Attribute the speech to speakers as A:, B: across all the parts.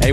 A: Hey,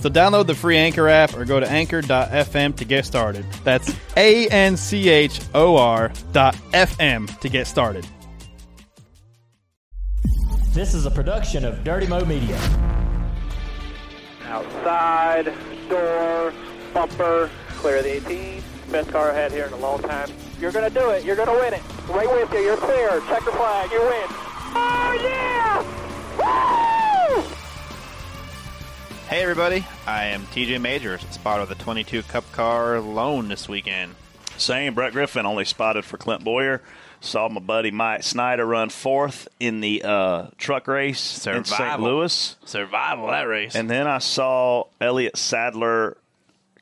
B: So download the free Anchor app or go to anchor.fm to get started. That's A N C H O R dot FM to get started.
C: This is a production of Dirty Mo Media.
D: Outside, door, bumper, clear the 18. Best car I had here in a long time. You're going to do it. You're going to win it. Right with you. You're clear. Check the flag. You win. Oh, yeah! Woo!
E: Hey everybody, I am TJ Majors, spotter of the 22 Cup Car Loan this weekend.
F: Same, Brett Griffin only spotted for Clint Boyer. Saw my buddy Mike Snyder run fourth in the uh, truck race in St.
E: Survival.
F: Louis.
E: Survival that race.
F: And then I saw Elliot Sadler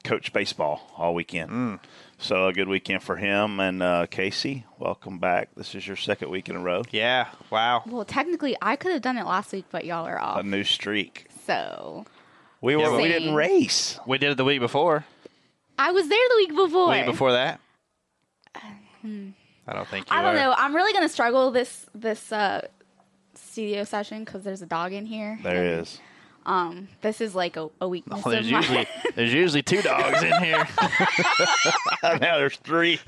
F: coach baseball all weekend. So a good weekend for him. And uh, Casey, welcome back. This is your second week in a row.
E: yeah, wow.
G: Well, technically, I could have done it last week, but y'all are
F: A
E: Um,
G: off.
F: new streak.
G: So
F: We
E: Yeah,
F: were
E: but-
F: we didn't race.
E: We did it the week before.
G: I was there the week before.
E: Week before that. I don't think you
G: Uh, hmm. I don't
E: were.
G: know. I'm really gonna struggle this this uh, studio session because there's a dog in here.
F: There it is.
G: Um, this is like a, a weakness.
E: Well, there's
G: of mine.
E: usually there's usually two dogs in here.
F: now there's three.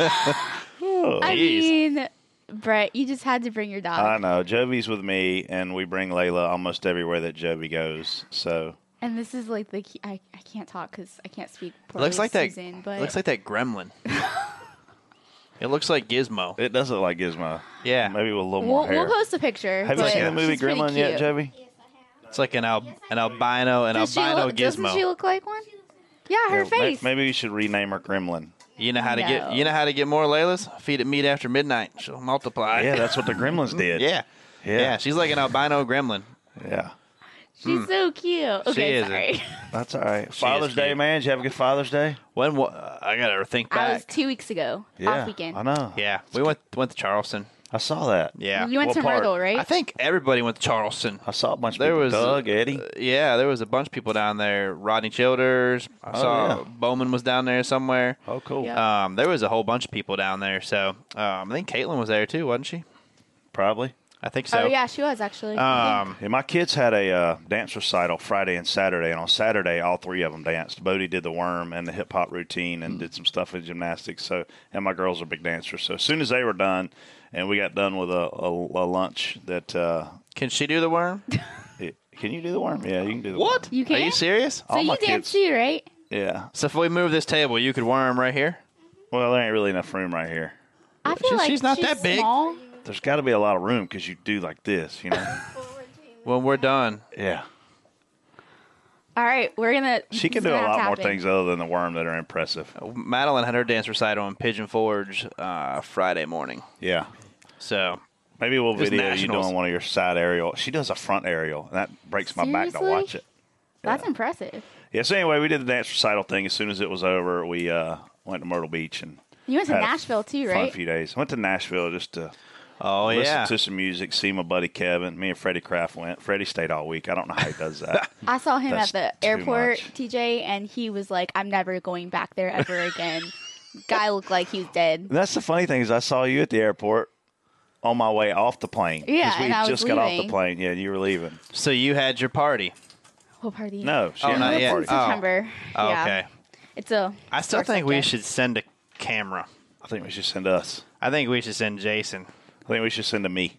G: I mean, Brett, you just had to bring your dog,
E: Um,
F: I know. Jovi's with me, and we bring Layla almost everywhere that Jovi goes. So
G: and this is like the key. I, I can't talk because I can't speak. Poorly
E: looks like that
G: Susan, but
E: looks like that gremlin. it looks like Gizmo.
F: it does look like Gizmo.
E: Yeah.
F: Maybe with a little more
G: we'll,
F: hair.
G: we'll post a picture.
F: Have you
G: but
F: seen the movie
G: she's pretty
F: Gremlin yet,
G: cute.
F: Jovi?
E: It's like an al- an albino an
G: Does she
E: albino
G: look,
E: Gizmo.
G: Doesn't she look like one? Yeah, her
F: May-
G: face.
F: Maybe we should rename her Gremlin.
E: you know how to
G: No.
E: get you know how to get more Laylas? Feed it meat after midnight. She'll multiply.
F: Yeah, that's what the Gremlins did.
E: yeah.
F: Yeah.
E: Yeah, she's like an albino gremlin.
F: Yeah.
G: She's so cute. Okay,
E: Hmm. is a-
G: sorry.
F: That's all right.
E: is
F: Father's Day,
E: cute.
F: man. Did you have a good Father's Day?
E: When wa- I gotta think
G: I
E: back.
G: was two weeks ago. off weekend. Oh,
F: I know.
E: yeah, we went went to Charleston.
F: I saw that.
E: Yeah,
G: You went
F: What
G: to
F: part?
G: Myrtle, right?
E: I think everybody went to Charleston.
F: I saw a bunch of
E: There
F: people.
E: was
F: Doug, Eddie.
E: uh, yeah, there was a bunch of people down there. Rodney Childers. I saw
F: Oh, yeah.
E: Bowman was down there somewhere.
F: oh, cool.
G: Yeah.
E: Um, there was a whole bunch of people down there. So um, I think Caitlin was there too, wasn't she?
F: Probably.
E: I think so.
G: oh yeah, she was actually. I think.
E: Um,
F: Yeah, my kids had a uh, dance recital Friday and Saturday, and on Saturday, all three of them danced. Bodie did the worm and the hip hop routine, and did some stuff with gymnastics. So, and my girls are big dancers. So, as soon as they were done, and we got done with a, a, a lunch, that uh,
E: can she do the worm?
F: it- can you do the worm? Yeah, you can do the worm.
G: You
E: Are
G: can?
E: you serious? Oh,
G: so
F: all my
G: you danced
F: kids-
G: too, right?
F: Yeah.
E: So if we move this table, you could worm right here.
F: Well, there ain't really enough room right here.
G: I feel
E: She's-
G: like
E: she's not that big.
G: Small.
F: There's got to be a lot of room because you do like this, you know.
E: When we're done,
F: yeah.
G: All right, we're gonna.
F: She can
G: it's
F: do a
G: gonna have
F: lot
G: to
F: more
G: happen.
F: things other than the worm that are impressive.
E: Madeline had her dance recital in Pigeon Forge uh, Friday morning.
F: Yeah.
E: So
F: Maybe we'll
E: was
F: video you
E: nationals.
F: doing one of your side aerial. She does a front aerial, and that breaks my back to
G: Seriously?
F: watch it.
G: That's impressive.
F: Yeah, so anyway, we did the dance recital thing. As soon as it was over, we uh, went to Myrtle Beach and
G: You went to
F: had a
G: Nashville too,
F: fun
G: right?
F: few days. went to Nashville just to
E: Oh
F: listen
E: yeah.
F: to some music, see my buddy Kevin. Me and Freddie Kraft went. Freddie stayed all week. I don't know how he does that.
G: I saw him
F: That's
G: at the
F: too
G: airport,
F: much.
G: TJ, and he was like, "I'm never going back there ever again." Guy looked like he was dead.
F: And that's the funny thing is I saw you at the airport on my way off the plane. 'Cause
G: Yeah,
F: we
G: and I was
F: just got off the
G: leaving.
F: plane. Yeah, you were leaving.
E: so you had your party.
G: What party?
F: No, she
E: Oh,
F: had
E: not
F: her
E: yet.
F: party.
E: Oh.
G: September.
E: Oh,
G: yeah.
E: Okay.
G: It's a.
E: I still
G: sore
E: think we
G: subject.
E: should send a camera.
F: I think we should send us.
E: I think we should send Jason
F: I think we should send to me.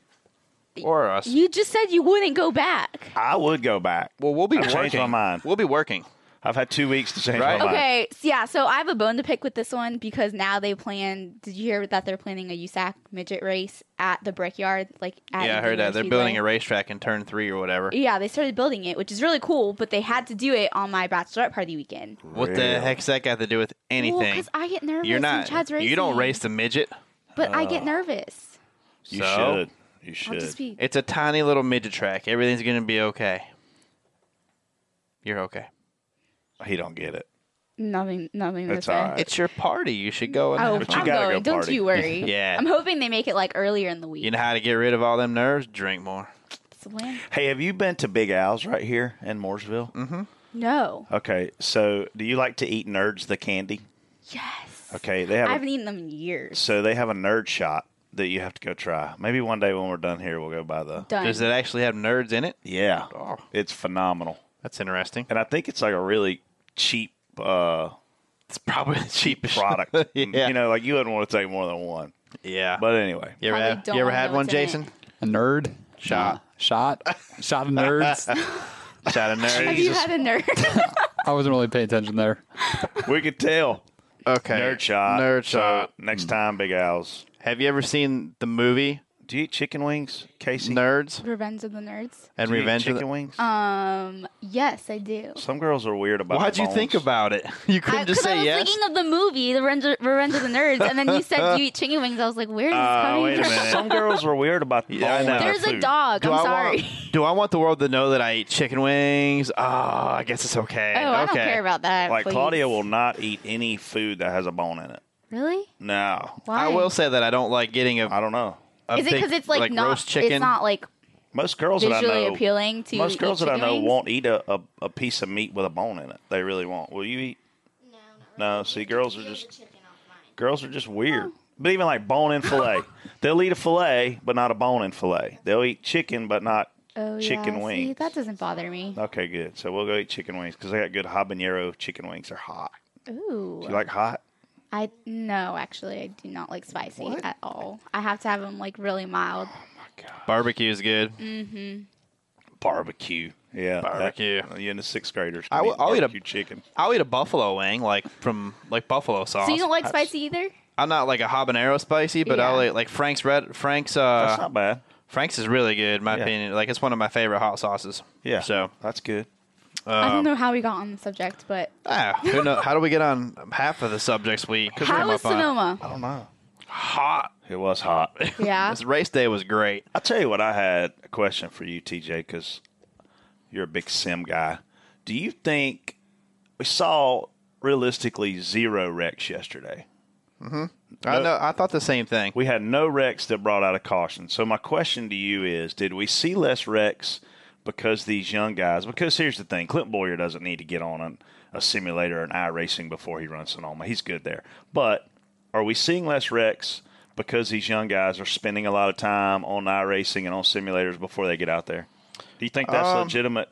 E: or us.
G: You just said you wouldn't go back.
F: I would go back.
E: well, we'll be
F: I changed
E: working.
F: my mind.
E: We'll be working.
F: I've had two weeks to change
E: Right.
F: my mind.
G: Okay, so yeah, so I have a bone to pick with this one because now they plan. Did you hear that they're planning a USAC midget race at the Brickyard? Like, at
E: yeah, I heard that. They're building a racetrack in turn three or whatever.
G: Yeah, they started building it, which is really cool, but they had to do it on my bachelorette party weekend.
E: What the heck's that got to do with anything?
G: because I get nervous.
E: You're
G: when
E: not.
G: Chad's racing.
E: You don't race Oh, the midget.
G: But I get nervous.
F: You
E: So?
F: should. You
G: I'll
F: should.
G: just be.
E: It's a tiny little midget track. Everything's gonna be okay. You're okay.
F: He don't get it.
G: Nothing, nothing.
F: It's
G: to say.
F: all right.
E: It's your party. You should go and
G: Oh,
E: have
F: But you
G: I'm
E: fun.
F: gotta go
G: going. Don't
F: party.
G: you worry.
E: Yeah.
G: I'm hoping they make it like earlier in the week.
E: You know how to get rid of all them nerves? Drink more.
G: It's when-
F: Hey, have you been to Big Al's right here in Mooresville?
E: Mm-hmm.
G: No.
F: Okay, so do you like to eat Nerds the candy?
G: Yes.
F: Okay, they
G: I
F: have. a-
G: haven't eaten them in years.
F: so they have a nerd shot that you have to go try. Maybe one day when we're done here, we'll go by the.
G: Done.
E: Does it actually have nerds in it?
F: Yeah,
E: Oh.
F: it's phenomenal,
E: That's interesting.
F: and I think it's like a really cheap uh,
E: It's probably the cheapest
F: product.
E: yeah.
F: You know, like you wouldn't want to take more than one.
E: yeah.
F: But anyway,
E: you ever,
G: Probably
E: have,
G: don't
E: you ever
G: wanna
E: had
G: know
E: one,
G: what's in it.
E: Jason?
H: A nerd
E: Shot.
H: shot shot of nerds.
E: Shot of
G: Have
E: nerds.
G: you had a nerd?
H: I wasn't really paying attention there.
F: we could tell
E: okay.
F: nerd shot.
E: Nerd
F: So,
E: shot. Hmm.
F: next time, Big Al's.
E: Have you ever seen the movie
F: Do you eat chicken wings, Casey?
E: Nerds
G: Revenge of the Nerds.
E: and
F: Do you eat
E: Revenge of
F: chicken
E: the
F: wings.
G: Um. Yes, I do.
F: Some girls are weird about.
E: Why'd
F: the
E: you think
F: bones.
E: about it? You couldn't
G: I, 'cause
E: just
G: I
E: say
G: was
E: yes.
G: thinking of the movie, The Revenge of, Revenge of the Nerds, and then you said you eat chicken wings. I was like, where is this coming
E: Uh, wait a
G: from?
E: minute.
F: Some girls are weird about.
E: Yeah, I
F: bone
E: know.
F: in their
G: There's a
F: food.
G: dog. I'm
E: I
G: sorry.
E: Want, do I want the world to know that I eat chicken wings? Oh, I guess it's okay.
G: Oh, I
E: okay.
G: don't care about that.
F: Like
G: please.
F: Claudia will not eat any food that has a bone in it.
G: Really?
F: No,
G: Why?
E: I will say that I don't like getting a.
F: I don't know.
E: a
G: Is it
E: big,
G: because it's like, not?
E: roast chicken?
G: It's not like
F: Most girls that I
G: visually
F: know,
G: appealing to
F: most
G: eat
F: girls that I
G: chicken
F: know
G: wings?
F: won't eat a, a, a piece of meat with a bone in it. They really won't. Will you eat? No. No. See, girls are just girls are just weird.
G: Oh.
F: But even like bone in fillet, they'll eat a fillet, but not a bone in fillet. They'll eat chicken, but not
G: Oh,
F: chicken
G: yeah. See,
F: wings.
G: that doesn't bother me.
F: okay, good. So we'll go eat chicken wings because they got good habanero chicken wings. They're hot.
G: Ooh.
F: Do you like hot?
G: I no, actually, I do not like spicy at all. I have to have them like really mild.
E: Barbecue is good.
G: Mm.
F: Barbecue. Yeah, that-
E: Barbecue.
F: you and the sixth graders.
E: I will- I'll eat a-
F: barbecue chicken.
E: I'll eat a buffalo wing, like from like buffalo sauce.
G: So you don't like
E: Oh, That's-
G: spicy either?
E: I'm not like a habanero spicy, but I'll
G: Yeah.
E: eat like Frank's red. Frank's
F: That's
E: uh,
F: not bad.
E: Frank's is really good, in my
F: Yeah.
E: opinion. Like it's one of my favorite hot sauces.
F: Yeah.
E: So
F: that's good.
G: I
E: Um,
G: don't know how we got on the subject, but
E: ah, who know, how do we get on half of the subjects we come
G: how was
E: up on?
F: I
G: Sonoma?
F: don't know.
E: Hot.
F: It was hot.
G: Yeah.
E: This race day was great.
F: I'll tell you what, I had a question for you, TJ, because you're a big sim guy. Do you think we saw realistically zero wrecks yesterday?
E: I know. I thought the same thing.
F: We had no wrecks that brought out a caution. So, my question to you is did we see less wrecks because these young guys? Because here's the thing Clint Boyer doesn't need to get on an, a simulator or an iRacing before he runs Sonoma. He's good there. But are we seeing less wrecks because these young guys are spending a lot of time on iRacing and on simulators before they get out there? Do you think that's a
E: Um,
F: legitimate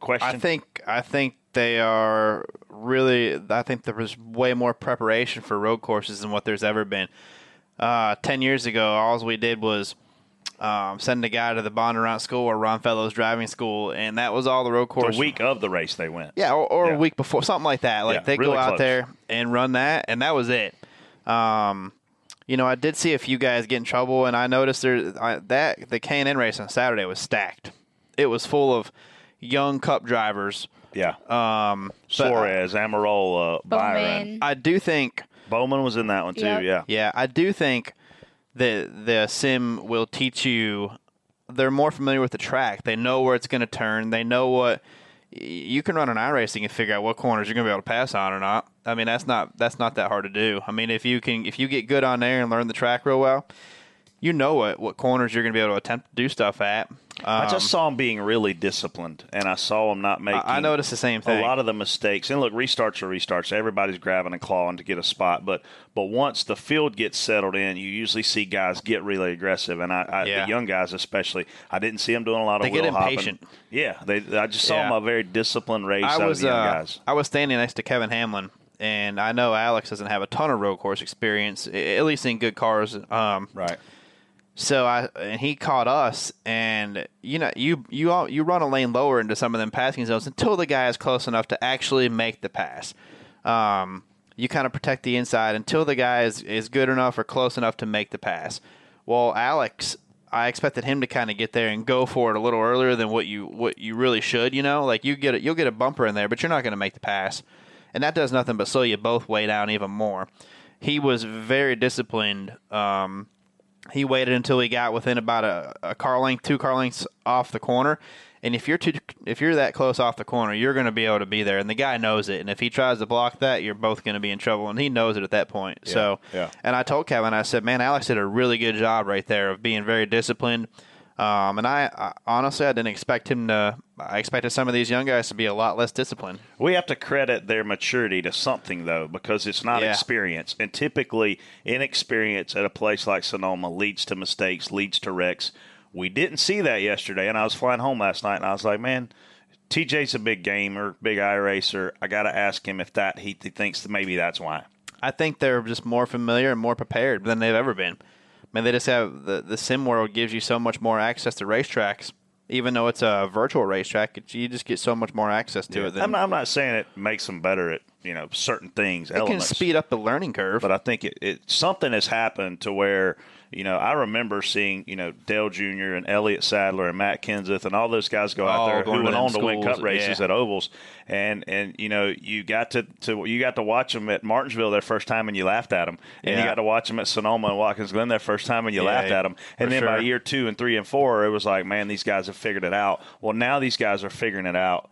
F: question?
E: I think I think they are really. I think there was way more preparation for road courses than what there's ever been. Uh, Ten years ago, all we did was um, send a guy to the Bondurant School or Ron Fellows Driving School, and that was all the road course.
F: the week of the race they went.
E: yeah, or, or
F: Yeah.
E: a week before, something like that. Like
F: Yeah,
E: they
F: really
E: go out
F: close.
E: there and run that, and that was it. Um, you know, I did see a few guys get in trouble, and I noticed there I, that the K and N race on Saturday was stacked. It was full of young Cup drivers.
F: Yeah.
E: Um, but
F: Suarez, Amarola, Byron.
G: Bowman.
E: I, I do think,
F: Bowman was in that one too.
G: Yep.
F: Yeah.
E: yeah, I do think that the sim will teach you. They're more familiar with the track. They know where it's going to turn. They know what y- you can run an iRacing and figure out what corners you're going to be able to pass on or not. I mean, that's not that's not that hard to do. I mean, if you can if you get good on there and learn the track real well, you know what what corners you're going to be able to attempt to do stuff at. Uh,
F: I just saw him being really disciplined, and I saw him not making.
E: Um, I noticed the same
F: a
E: thing.
F: lot of the mistakes. And look, restarts are restarts. Everybody's grabbing and clawing to get a spot, but but once the field gets settled in, you usually see guys get really aggressive, and I, I
E: Yeah.
F: the young guys especially. I didn't see them doing a lot of
E: They get
F: wheel hopping.
E: impatient.
F: Yeah, they. I just saw
E: Yeah.
F: them a very disciplined race out
E: I was
F: of the young
E: uh,
F: guys.
E: I was standing next to Kevin Hamlin, and I know Alex doesn't have a ton of road course experience, a- at least in good cars. Um,
F: Right.
E: So I and he caught us, and you know you you all, you run a lane lower into some of them passing zones until the guy is close enough to actually make the pass. Um, you kind of protect the inside until the guy is, is good enough or close enough to make the pass. Well, Alex, I expected him to kind of get there and go for it a little earlier than what you what you really should. You know, like you get it, you'll get a bumper in there, but you're not going to make the pass, and that does nothing but slow you both way down even more. He was very disciplined. Um, he waited until he got within about a, a car length, two car lengths off the corner. And if you're too, if you're that close off the corner, you're going to be able to be there. And the guy knows it. And if he tries to block that, you're both going to be in trouble. And he knows it at that point. so,
F: yeah.
E: And I told Kevin, I said, man, Alex did a really good job right there of being very disciplined. Um, and I, I honestly, I didn't expect him to. I expected some of these young guys to be a lot less disciplined.
F: We have to credit their maturity to something though, because it's not
E: Yeah.
F: experience, and typically inexperience at a place like Sonoma leads to mistakes, leads to wrecks. We didn't see that yesterday, and I was flying home last night, and I was like, man. TJ's a big gamer, big eye racer. I got to ask him if that he thinks that maybe that's why.
E: I think they're just more familiar and more prepared than they've ever been. I mean, they just have the, the sim world gives you so much more access to racetracks, even though it's a virtual racetrack. It, you just get so much more access to it. Than,
F: I'm not, I'm not saying it makes them better at you know certain things.
E: it can
F: elements.
E: speed up the learning curve.
F: but I think it, it something has happened to where you know I remember seeing you know Dale Jr. and Elliott Sadler and Matt Kenseth and all those guys go out
E: All
F: there
E: Oh, going
F: who
E: to
F: went
E: them
F: on to win
E: schools,
F: cup races
E: yeah.
F: at ovals and and you know you got to, to you got to watch them at Martinsville their first time and you laughed at them and you
E: Yeah.
F: got to watch them at Sonoma and Watkins Glen their first time and you
E: Yeah,
F: laughed at them and
E: for
F: then by
E: sure.
F: year two and three and four it was like man these guys have figured it out well now these guys are figuring it out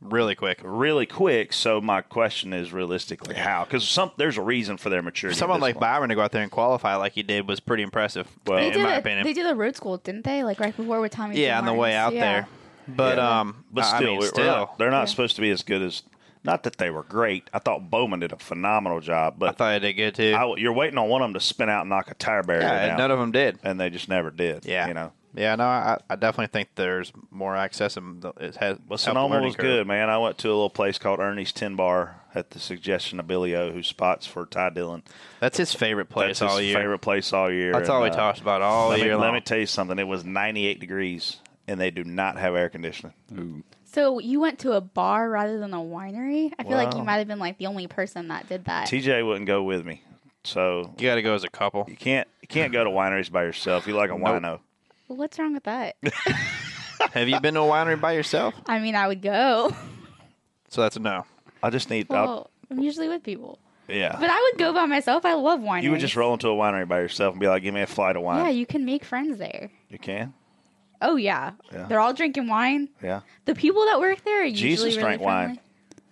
E: really quick.
F: really quick. So my question is realistically how? Because some there's a reason for their maturity. at
E: Someone
F: this
E: like
F: point.
E: Byron to go out there and qualify like he did was pretty impressive.
F: Well-
G: They
E: in
G: did,
E: my
G: a,
E: opinion,
G: they did a road school, didn't they? Like right before with Tommy.
E: yeah, on the way out there. But um,
F: but
E: I-
F: still,
E: I mean,
F: we're
E: still,
F: not, they're not
G: Yeah.
F: supposed to be as good as. Not that they were great. I thought Bowman did a phenomenal job,
E: I
F: but
E: thought he did good too.
F: I, you're waiting on one of them to spin out and knock a tire barrier
E: yeah,
F: down,
E: none of them did.
F: and they just never did.
E: Yeah,
F: you know.
E: Yeah, no, I, I definitely think there's more access and th- it has.
F: Well,
E: helped the
F: Sonoma
E: learning
F: was
E: curve.
F: good, man. I went to a little place called Ernie's Tin Bar at the suggestion of Billy O, who spots for Ty Dillon.
E: That's his favorite place
F: That's his
E: all year.
F: favorite place all year.
E: That's all
F: and,
E: we
F: uh,
E: talked about all
F: let me,
E: year
F: let
E: long.
F: me tell you something. It was 98 degrees, and they do not have air conditioning.
G: So you went to a bar rather than a winery. I feel like you
F: Wow.
G: might have been like the only person that did that.
F: TJ wouldn't go with me, so
E: you got to go as a couple.
F: you can't you can't go to wineries by yourself. You like a wino.
G: What's wrong with that?
E: Have you been to a winery by yourself?
G: I mean, I would go.
E: So that's a no.
F: I just need. I'll,
G: Well, I'm usually with people, but
F: yeah,
G: I would go by myself. I love wineries.
F: you would just roll into a winery by yourself and be like, "Give me a flight of wine."
G: Yeah, you can make friends there.
F: you can.
G: Oh yeah,
F: Yeah.
G: they're all drinking wine.
F: Yeah,
G: The people that work there are
F: Jesus
G: usually really
F: drank wine.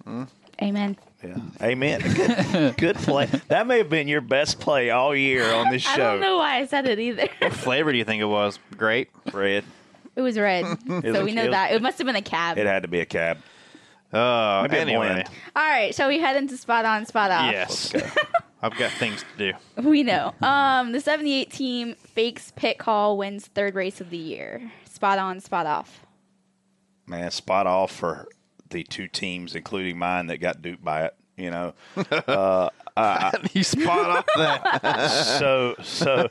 G: friendly. Amen.
F: yeah. Amen. Good, good play. That may have been your best play all year on this show.
G: I don't know why I said it either.
E: What flavor do you think it was? Grape.
F: Fred,
G: it was red,
F: was-
G: so we know
F: it was-
G: that it must have been a cab.
F: it had to be a cab.
E: Oh,
F: Maybe a
E: anyway,
F: blend.
G: All right, shall we head into spot on, spot off?
E: yes. I've got things to do.
G: We know. Um, the 78 team fakes pit call wins third race of the year. Spot on, spot off.
F: man, spot off for the two teams, including mine, that got duped by it. You know,
E: you spot off that.
F: so so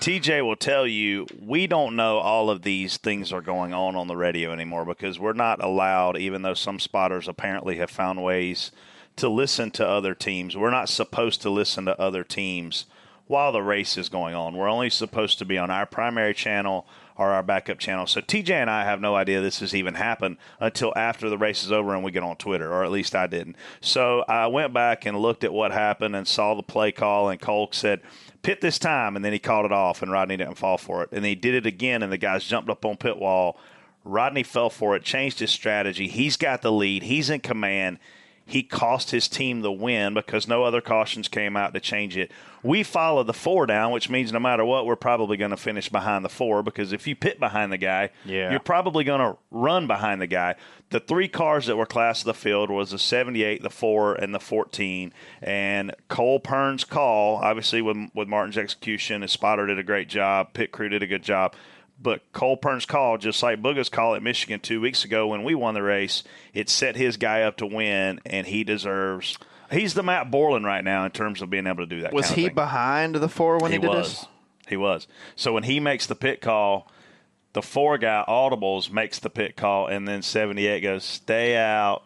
F: TJ will tell you we don't know all of these things are going on on the radio anymore because we're not allowed even though some spotters apparently have found ways to listen to other teams. We're not supposed to listen to other teams while the race is going on. We're only supposed to be on our primary channel or our backup channel. So TJ and I have no idea this has even happened until after the race is over and we get on Twitter, or at least I didn't. So I went back and looked at what happened and saw the play call, and Cole said, pit this time, and then he called it off, and Rodney didn't fall for it. And he did it again, and the guys jumped up on pit wall. Rodney fell for it, changed his strategy. He's got the lead, he's in command he cost his team the win because no other cautions came out to change it. We follow the four down, which means no matter what, we're probably going to finish behind the four because if you pit behind the guy,
E: Yeah.
F: you're probably going to run behind the guy. The three cars that were class of the field was the 78, the 4, and the 14. And Cole Pern's call, obviously with, with Martin's execution, his spotter did a great job. Pit crew did a good job. But Cole Pern's call, just like Booga's call at Michigan two weeks ago when we won the race, it set his guy up to win, and he deserves. He's the Matt Borland right now in terms of being able to do that.
E: Was
F: kind of
E: he
F: thing.
E: behind the four when he,
F: He
E: did
F: was.
E: this?
F: He was. So when he makes the pit call, the four guy audibles makes the pit call, and then 78 goes, stay out.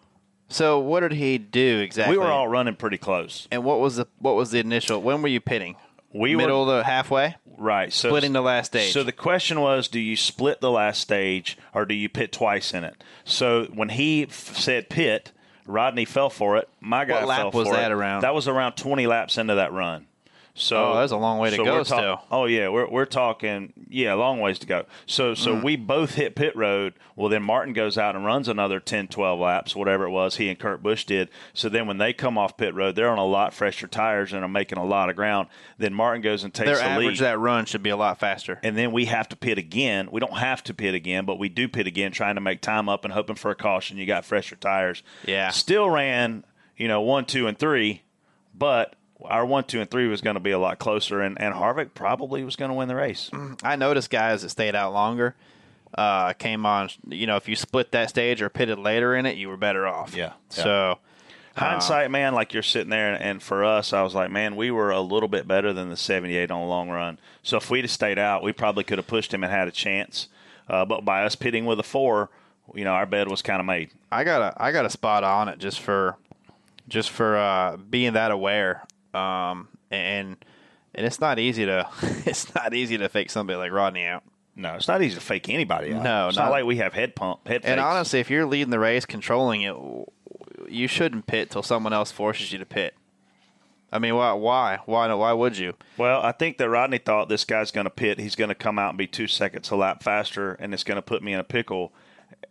E: So what did he do exactly?
F: We were all running pretty close.
E: And what was the what was the initial? When were you pitting?
F: We
E: Middle
F: were
E: of the halfway.
F: right. So
E: splitting the last stage.
F: So the question was, do you split the last stage or do you pit twice in it? So when he f- said pit, Rodney fell for it. My guy
E: What lap
F: fell
E: was
F: for
E: that
F: it.
E: around?
F: That was around 20 laps into that run. So
E: Oh, that's a long way to
F: so
E: go
F: we're talk-
E: still.
F: Oh yeah, we're we're talking yeah, a long ways to go. So so
E: Mm-hmm.
F: we both hit pit road. Well then Martin goes out and runs another 10, 12 laps, whatever it was he and Kurt Busch did. So then when they come off pit road, they're on a lot fresher tires and are making a lot of ground. Then Martin goes and takes
E: Their
F: the lead
E: average that run should be a lot faster.
F: and then we have to pit again. We don't have to pit again, but we do pit again, trying to make time up and hoping for a caution. You got fresher tires.
E: Yeah.
F: Still ran, you know, one, two, and three, but our one, two, and three was going to be a lot closer, and, and Harvick probably was going to win the race.
E: I noticed guys that stayed out longer uh, came on. You know, if you split that stage or pitted later in it, you were better off.
F: Yeah, yeah.
E: So
F: Hindsight, man, like you're sitting there, and, and for us, I was like, man, we were a little bit better than the 78 on the long run. So if we'd have stayed out, we probably could have pushed him and had a chance. Uh, but by us pitting with a four, you know, our bed was kind of made.
E: I got a I got a spot on it just for just for uh, being that aware. Um, and and it's not easy to it's not easy to fake somebody like Rodney out.
F: No, it's not easy to fake anybody out.
E: No,
F: it's not,
E: not-
F: like we have head pump head.
E: And
F: fakes.
E: honestly, if you're leading the race, controlling it, you shouldn't pit till someone else forces you to pit. I mean, why? Why? Why? Why would you?
F: well, I think that Rodney thought this guy's going to pit. He's going to come out and be two seconds a lap faster, and it's going to put me in a pickle.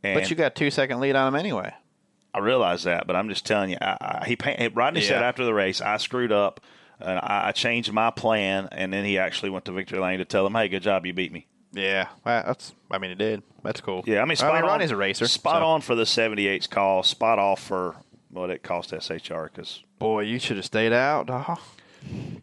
F: And
E: But you got two second lead on him anyway.
F: I realize that, but I'm just telling you, I, I, he pan- Rodney said
E: Yeah.
F: after the race, I screwed up, and I, I changed my plan, and then he actually went to victory lane to tell him, "Hey, good job, you beat me."
E: Yeah, well, that's. I mean, it did. That's cool.
F: Yeah, I mean, spot
E: I mean,
F: on.
E: Ronnie's Uh, a racer.
F: Spot
E: so-
F: on for the 78's call. Spot off for what it cost SHR because
E: Boy, you should have stayed out. dawg.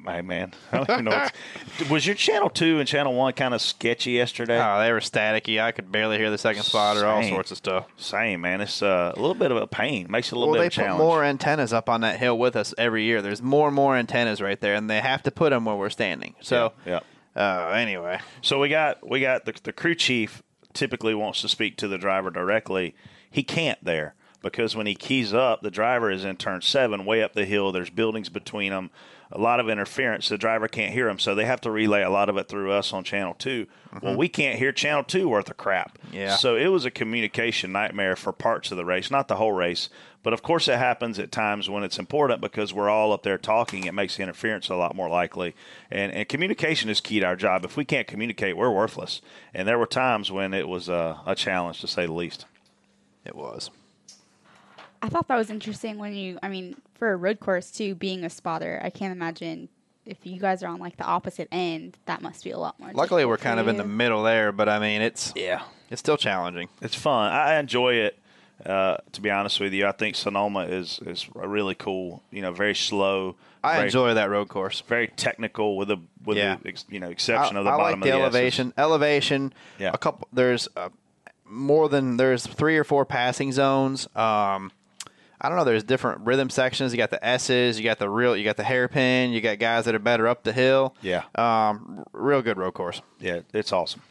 F: Hey man, I don't even know. What's, Uh, was your channel two and channel one kind of sketchy yesterday?
E: Oh, they were staticky. I could barely hear the second spotter. All
F: Same.
E: sorts of stuff.
F: Same man, it's uh, a little bit of a pain. Makes it a little
E: Well,
F: bit
E: they
F: of a
E: put
F: challenge.
E: more antennas up on that hill with us every year. There's more and more antennas right there, and they have to put them where we're standing. So,
F: yeah.
E: Uh, anyway,
F: So we got we got the the crew chief typically wants to speak to the driver directly. He can't there because when he keys up, the driver is in turn seven, way up the hill. There's buildings between them, a lot of interference. The driver can't hear him, so they have to relay a lot of it through us on channel 2 Well, we can't hear channel two worth of crap.
E: Yeah.
F: So it was a communication nightmare for parts of the race, not the whole race. But of course, it happens at times when it's important because we're all up there talking. It makes the interference a lot more likely. And, and communication is key to our job. If we can't communicate, we're worthless. And there were times when it was uh, a challenge, to say the least.
E: it was.
G: I thought that was interesting when you, I mean, for a road course too, being a spotter, I can't imagine if you guys are on like the opposite end, that must be a lot more.
E: Luckily, we're
G: difficult
E: kind
G: for
E: of in the
G: you.
E: middle there, but I mean, it's
F: Yeah.
E: it's still challenging.
F: It's fun. I enjoy it. Uh, to be honest with you, I think Sonoma is is really cool. You know, very slow.
E: I
F: very,
E: enjoy that road course.
F: very technical with a with
E: Yeah.
F: the ex, you know exception
E: I,
F: of the
E: I
F: bottom
E: like the
F: of the S's.
E: elevation. Elevation.
F: Yeah.
E: A couple. There's uh, more than there's three or four passing zones. Um, I don't know. There's different rhythm sections. You got the S's. You got the real. You got the hairpin. You got guys that are better up the hill.
F: Yeah.
E: Um, r- real good road course.
F: Yeah, it's awesome.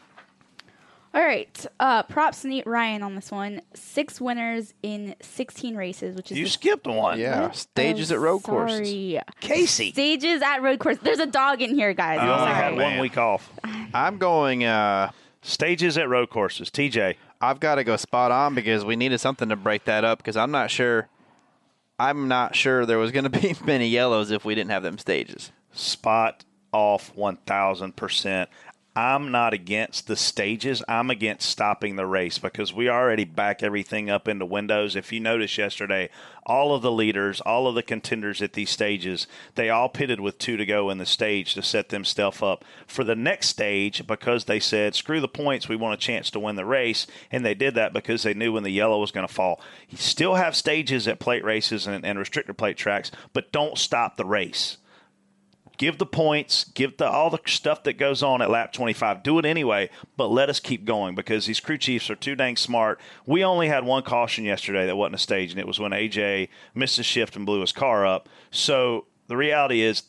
G: All right. Uh, props to Nate Ryan on this one. Six winners in 16 races, which is
F: You
G: the-
F: skipped one.
E: Yeah.
G: Oh,
E: Stages at road courses.
G: sorry.
F: Casey.
G: Stages at road course. There's a dog in here, guys.
F: You
G: I'm
F: only had
G: sorry.
F: one week off.
E: I'm going. Uh,
F: Stages at road courses. TJ.
E: I've got to go spot on because we needed something to break that up because I'm not sure. I'm not sure there was going to be many yellows if we didn't have them stages.
F: spot off 1000%. I'm not against the stages. I'm against stopping the race because we already back everything up into windows. If you noticed yesterday, all of the leaders, all of the contenders at these stages, they all pitted with two to go in the stage to set themselves up for the next stage because they said, screw the points, we want a chance to win the race. And they did that because they knew when the yellow was going to fall. You still have stages at plate races and, and restricted plate tracks, but don't stop the race give the points, give the all the stuff that goes on at lap 25. Do it anyway, but let us keep going because these crew chiefs are too dang smart. We only had one caution yesterday that wasn't a stage, and it was when AJ missed a shift and blew his car up. So the reality is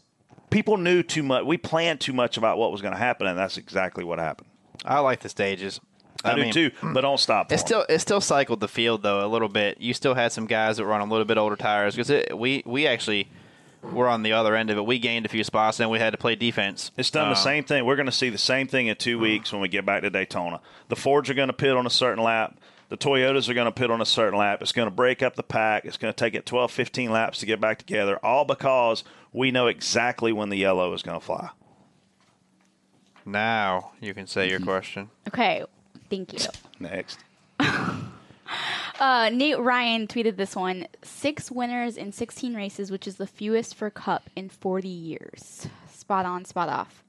F: people knew too much. We planned too much about what was going to happen, and that's exactly what happened.
E: I like the stages.
F: I, do
E: mean,
F: too, but don't stop.
E: It
F: for 'em.
E: still it still cycled the field though a little bit. You still had some guys that were on a little bit older tires because we we actually were on the other end of it. We gained a few spots and then we had to play defense.
F: It's done the same thing. We're going to see the same thing in
E: hmm.
F: two weeks when we get back to Daytona. The Fords are going to pit on a certain lap. The Toyotas are going to pit on a certain lap. It's going to break up the pack. It's going to take it 12, 15 laps to get back together, all because we know exactly when the yellow is going to fly.
E: Now you can say your question.
G: Okay, thank you.
F: Next.
G: Uh, Nate Ryan tweeted this one: six winners in 16 races, which is the fewest for Cup in 40 years. Spot on, spot off.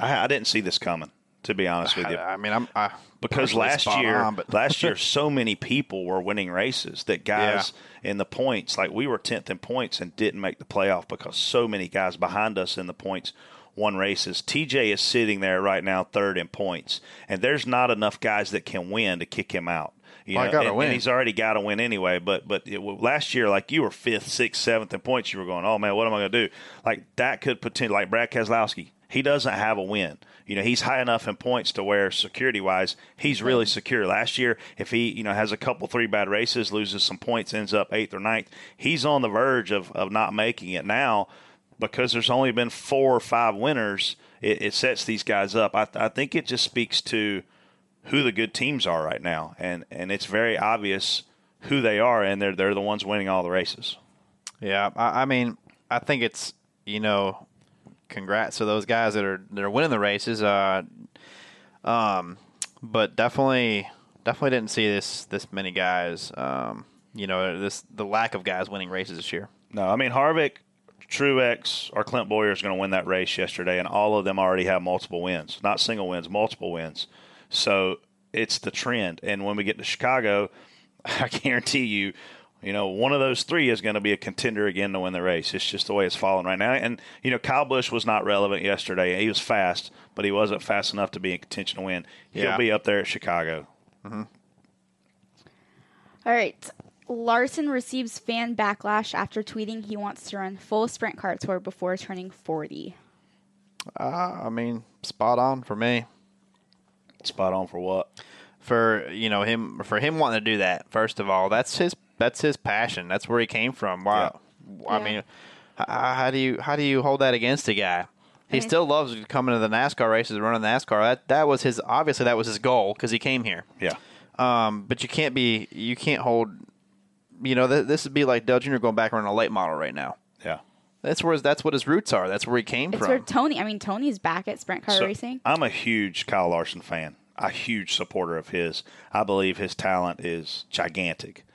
F: I, I didn't see this coming, to be honest with
E: I,
F: you.
E: I mean, I'm I
F: because
E: personally
F: last
E: spot
F: year,
E: on, but
F: last year, so many people were winning races that guys in the points, like we were tenth in points and didn't make the playoff because so many guys behind us in the points won races. TJ is sitting there right now, third in points, and there's not enough guys that can win to kick him out. You
E: Well, I
F: know,
E: gotta
F: and, and
E: win.
F: he's already got to win anyway. But but it, well, last year, like you were fifth, sixth, seventh in points, you were going, oh man, what am I going to do? Like that could potentially, like Brad Keselowski, he doesn't have a win. You know, he's high enough in points to where security wise, he's really secure. Last year, if he you know has a couple three bad races, loses some points, ends up eighth or ninth, he's on the verge of of not making it now because there's only been four or five winners. It, it sets these guys up. I, I think it just speaks to who the good teams are right now, and and it's very obvious who they are, and they're they're the ones winning all the races.
E: yeah, I, I mean, I think it's you know, congrats to those guys that are that are winning the races. Uh, um, but definitely, definitely didn't see this this many guys. Um, you know, this the lack of guys winning races this year.
F: No, I mean Harvick, Truex, or Clint Boyer is going to win that race yesterday, and all of them already have multiple wins, not single wins, multiple wins. So it's the trend, and when we get to Chicago, I guarantee you. You know, one of those three is going to be a contender again to win the race. It's just the way it's falling right now. And, you know, Kyle Bush was not relevant yesterday. He was fast, but he wasn't fast enough to be in contention to win. He'll
E: Yeah.
F: be up there at Chicago.
G: All right. Larson receives fan backlash after tweeting he wants to run full sprint car tour before turning 40.
E: Uh, I mean, spot on for me.
F: Spot on for what?
E: for you know him for him wanting to do that. First of all, that's his that's his passion. That's where he came from. Why? I
G: Yeah.
E: mean, h- h- how do you how do you hold that against a guy? He still loves coming to the NASCAR races and running the NASCAR. That that was his obviously that was his goal because he came here.
F: Yeah.
E: Um, but you can't be you can't hold. You know th- this would be like Dale Jr. going back around a late model right now.
F: Yeah.
E: That's where his, that's what his roots are. That's where he came
G: It's
E: from.
G: where Tony, I mean, Tony's back at sprint car
F: So,
G: racing.
F: I'm a huge Kyle Larson fan, a huge supporter of his. I believe his talent is gigantic,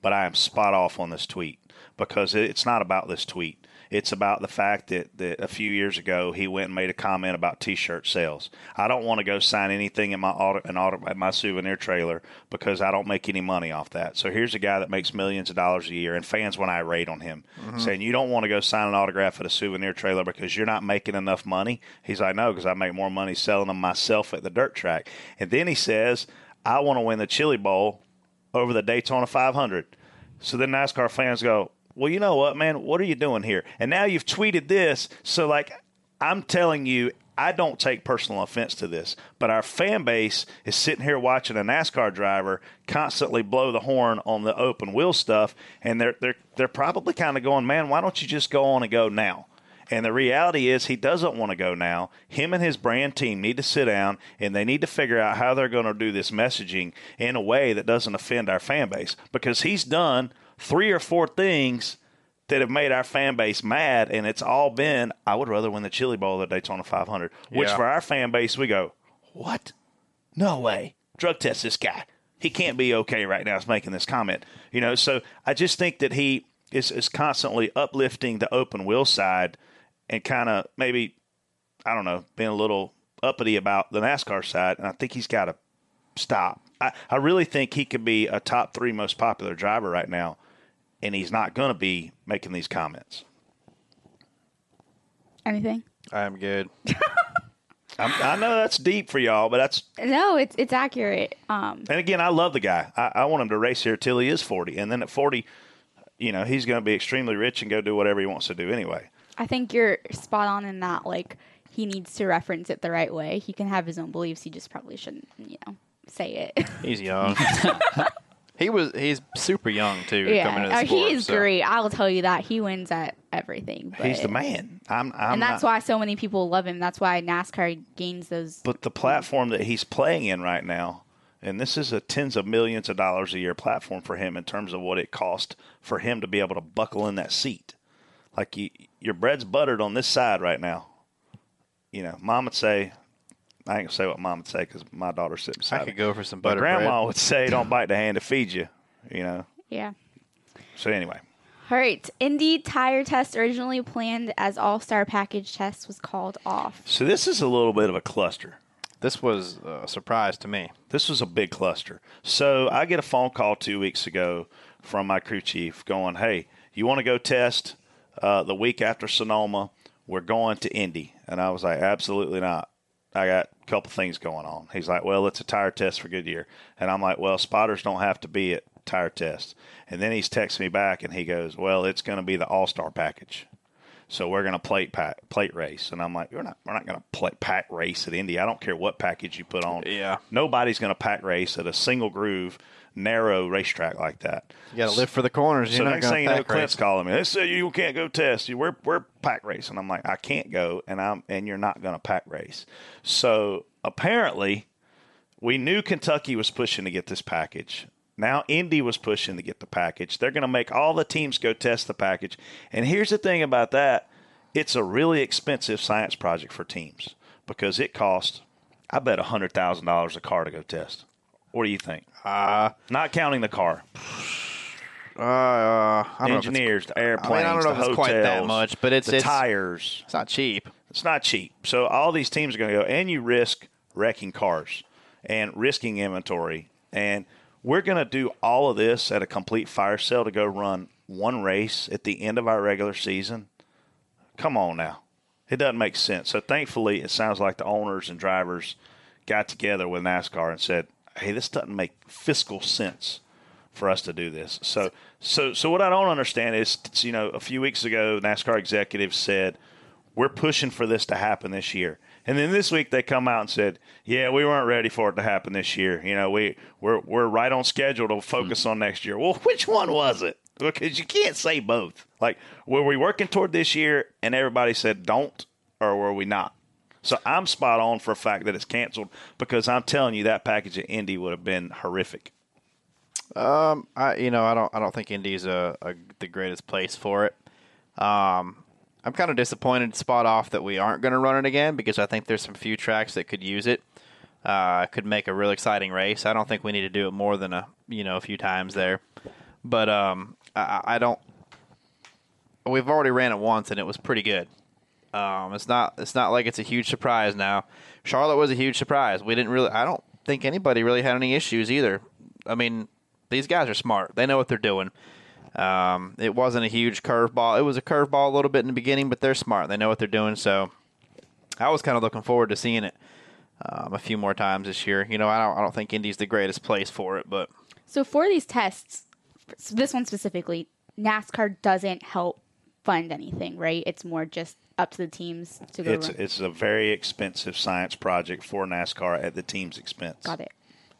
F: but I am spot off on this tweet because it- it's not about this tweet. It's about the fact that, that a few years ago he went and made a comment about T-shirt sales. I don't want to go sign anything in my auto, an auto, at my souvenir trailer because I don't make any money off that. So here's a guy that makes millions of dollars a year, and fans went irate on him, saying you don't want to go sign an autograph at a souvenir trailer because you're not making enough money. He's like, no, because I make more money selling them myself at the dirt track. And then he says, I want to win the Chili Bowl over the Daytona 500. So then NASCAR fans go, well, you know what, man? What are you doing here? And now you've tweeted this. So, like, I'm telling you, I don't take personal offense to this, but our fan base is sitting here watching a NASCAR driver constantly blow the horn on the open wheel stuff, and they're they're they're probably kind of going, man, why don't you just go on and go now? And the reality is, he doesn't want to go now. Him and his brand team need to sit down and they need to figure out how they're going to do this messaging in a way that doesn't offend our fan base because he's done three or four things that have made our fan base mad. And it's all been, I would rather win the Chili Bowl than Daytona 500, which
E: Yeah.
F: for our fan base, we go, what? No way. Drug test this guy. He can't be okay right now. Is making this comment, you know. So I just think that he is is constantly uplifting the open wheel side and kind of maybe I don't know being a little uppity about the NASCAR side. And I think he's got to stop. I, I really think he could be a top three most popular driver right now, and he's not going to be making these comments.
G: Anything?
E: I'm good.
F: I'm, I know that's deep for y'all, but that's
G: No, it's it's accurate. Um,
F: And again, I love the guy. I, I want him to race here till he is 40. And then at 40, you know, he's going to be extremely rich and go do whatever he wants to do anyway.
G: I think you're spot on in that. Like, he needs to reference it the right way. He can have his own beliefs. He just probably shouldn't, you know, say it.
E: He's young. he was. He's super young too. coming into
G: yeah,
E: the
G: Uh,
E: sport,
G: he is
E: so.
G: great. I'll tell you that he wins at everything. But,
F: He's the man. I'm. I'm
G: and that's
F: not-
G: why so many people love him. That's why NASCAR gains those.
F: But the platform that he's playing in right now, and this is a tens of millions of dollars a year platform for him in terms of what it cost for him to be able to buckle in that seat. Like you, your bread's buttered on this side right now. You know, mom would say, I ain't gonna say what mom would say because my daughter sits beside
E: I
F: me.
E: could go for some
F: But
E: butter
F: grandma
E: bread.
F: would say, "Don't bite the hand that feeds you." You know.
G: Yeah.
F: So anyway,
G: All right. Indy tire test originally planned as All Star package test was called off.
F: so this is a little bit of a cluster.
E: This was a surprise to me.
F: This was a big cluster. So I get a phone call two weeks ago from my crew chief going, Hey, you want to go test uh, the week after Sonoma? We're going to Indy. And I was like, Absolutely not. I got a couple things going on. He's like, Well, it's a tire test for Goodyear. And I'm like, Well, spotters don't have to be at tire tests. And then he's texting me back and he goes, Well, it's going to be the all star package so we're gonna plate pack, plate race, and I'm like, we're not we're not gonna play, pack race at Indy. I don't care what package you put on.
E: Yeah.
F: nobody's gonna pack race at a single groove, narrow racetrack like that.
E: You got to live for the corners.
F: So
E: You're not
F: next
E: going
F: thing
E: to
F: you know,
E: pack
F: Clint's
E: race.
F: calling me. They said you can't go test. You we're we're pack race, and I'm like, I can't go, and I'm and you're not gonna pack race. So apparently, we knew Kentucky was pushing to get this package. Now Indy was pushing to get the package. They're going to make all the teams go test the package. And here's the thing about that it's a really expensive science project for teams because it costs, I bet, $100,000 a car to go test. What do you think? Uh, Not counting the car,
E: Uh, I don't know if it's-
F: engineers, the airplanes,
E: I don't
F: the
E: know if it's
F: hotels,
E: quite that much, but it's-
F: the
E: it's-
F: tires.
E: It's not cheap.
F: It's not cheap. So all these teams are going to go, and you risk wrecking cars and risking inventory. And we're going to do all of this at a complete fire sale to go run one race at the end of our regular season. Come on now. It doesn't make sense. So thankfully, it sounds like the owners and drivers got together with NASCAR and said, hey, this doesn't make fiscal sense for us to do this. So, so, so what I don't understand is, you know, a few weeks ago, NASCAR executives said, we're pushing for this to happen this year. And then this week they come out and said, "Yeah, we weren't ready for it to happen this year. You know, we we're we're right on schedule to focus on next year." Well, which one was it? Because you can't say both. Like, were we working toward this year and everybody said don't or were we not? So I'm spot on for a fact that it's canceled because I'm telling you that package at Indy would have been horrific.
E: I you know I don't I don't think Indy's a, a the greatest place for it. Um, I'm kind of disappointed spot off that we aren't going to run it again because I think there's some few tracks that could use it. Uh, could make a real exciting race. I don't think we need to do it more than a you know a few times there, but um, I, I I don't. We've already ran it once and it was pretty good. Um, it's not it's not like it's a huge surprise now. Charlotte was a huge surprise. We didn't really I don't think anybody really had any issues either. I mean, these guys are smart. They know what they're doing. Um, it wasn't a huge curveball. It was a curveball a little bit in the beginning, but they're smart. They know what they're doing. So I was kind of looking forward to seeing it um, a few more times this year. You know, I don't I don't think Indy's the greatest place for it, but
G: So for these tests, s- this one specifically, NASCAR doesn't help fund anything, right? It's more just up to the teams to go.
F: It's
G: run.
F: it's a very expensive science project for NASCAR at the team's expense.
G: Got it.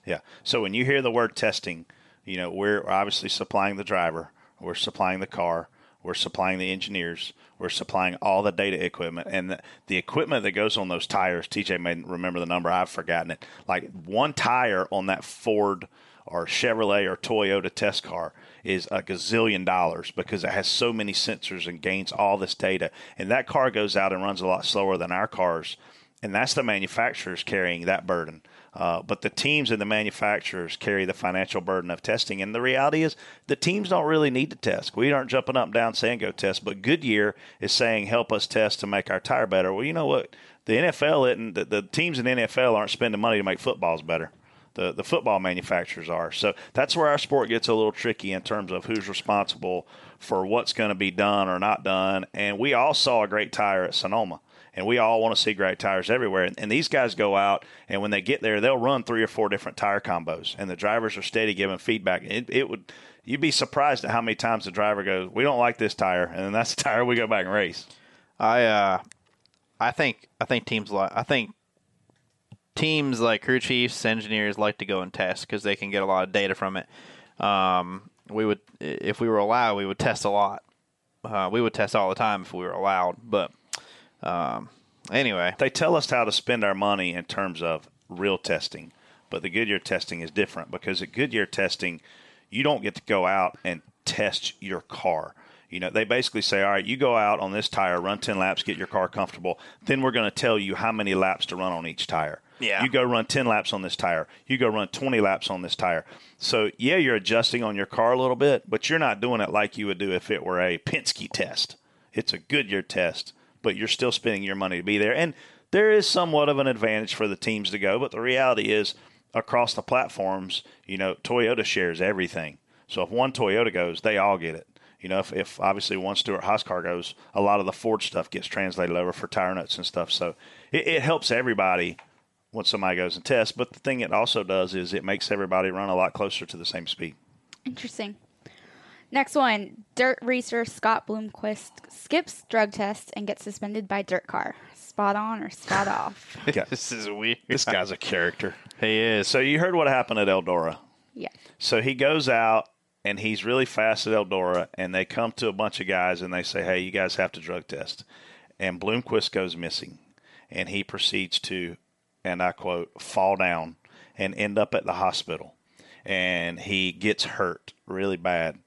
F: Yeah. So when you hear the word testing, you know, we're obviously supplying the driver, we're supplying the car, we're supplying the engineers, we're supplying all the data equipment and the, the equipment that goes on those tires. TJ may remember the number, I've forgotten it. Like one tire on that Ford or Chevrolet or Toyota test car is a gazillion dollars because it has so many sensors and gains all this data. And that car goes out and runs a lot slower than our cars and that's the manufacturers carrying that burden. Uh, but the teams and the manufacturers carry the financial burden of testing. And the reality is, the teams don't really need to test. We aren't jumping up and down saying go test, but Goodyear is saying help us test to make our tire better. Well, you know what? The NFL isn't, the, the teams in the NFL aren't spending money to make footballs better. The, the football manufacturers are. So that's where our sport gets a little tricky in terms of who's responsible for what's going to be done or not done. And we all saw a great tire at Sonoma and we all want to see great tires everywhere. And, and these guys go out, and when they get there, they'll run three or four different tire combos, and the drivers are steady giving feedback. It, it would You'd be surprised at how many times the driver goes, "We don't like this tire," and then that's the tire we go back and race.
E: I uh, I think I think teams like I think teams like crew chiefs, engineers like to go and test because they can get a lot of data from it. Um, we would if we were allowed, we would test a lot. Uh, we would test all the time if we were allowed. But um, anyway,
F: They tell us how to spend our money in terms of real testing, but the Goodyear testing is different because at Goodyear testing, you don't get to go out and test your car. You know, they basically say, all right, you go out on this tire, run 10 laps, get your car comfortable. Then we're going to tell you how many laps to run on each tire.
E: Yeah.
F: You go run 10 laps on this tire. You go run 20 laps on this tire. So, yeah, you're adjusting on your car a little bit, but you're not doing it like you would do if it were a Penske test. It's a Goodyear test, but you're still spending your money to be there. And there is somewhat of an advantage for the teams to go, but the reality is across the platforms, you know, Toyota shares everything. So if one Toyota goes, they all get it. You know, if, if obviously one Stuart Haas car goes, a lot of the Ford stuff gets translated over for tire nuts and stuff. So it, it helps everybody when somebody goes and tests. But the thing it also does is it makes everybody run a lot closer to the same speed.
G: Interesting. Next one. Dirt racer Scott Bloomquist skips drug test and gets suspended by dirt car. Spot on or spot off?
E: this is weird.
F: This guy's a character.
E: He is.
F: So you heard what happened at Eldora.
G: Yeah.
F: So he goes out and he's really fast at Eldora, and they come to a bunch of guys and they say, "Hey, you guys have to drug test." And Bloomquist goes missing, and he proceeds to, and I quote, "fall down and end up at the hospital," and he gets hurt really bad.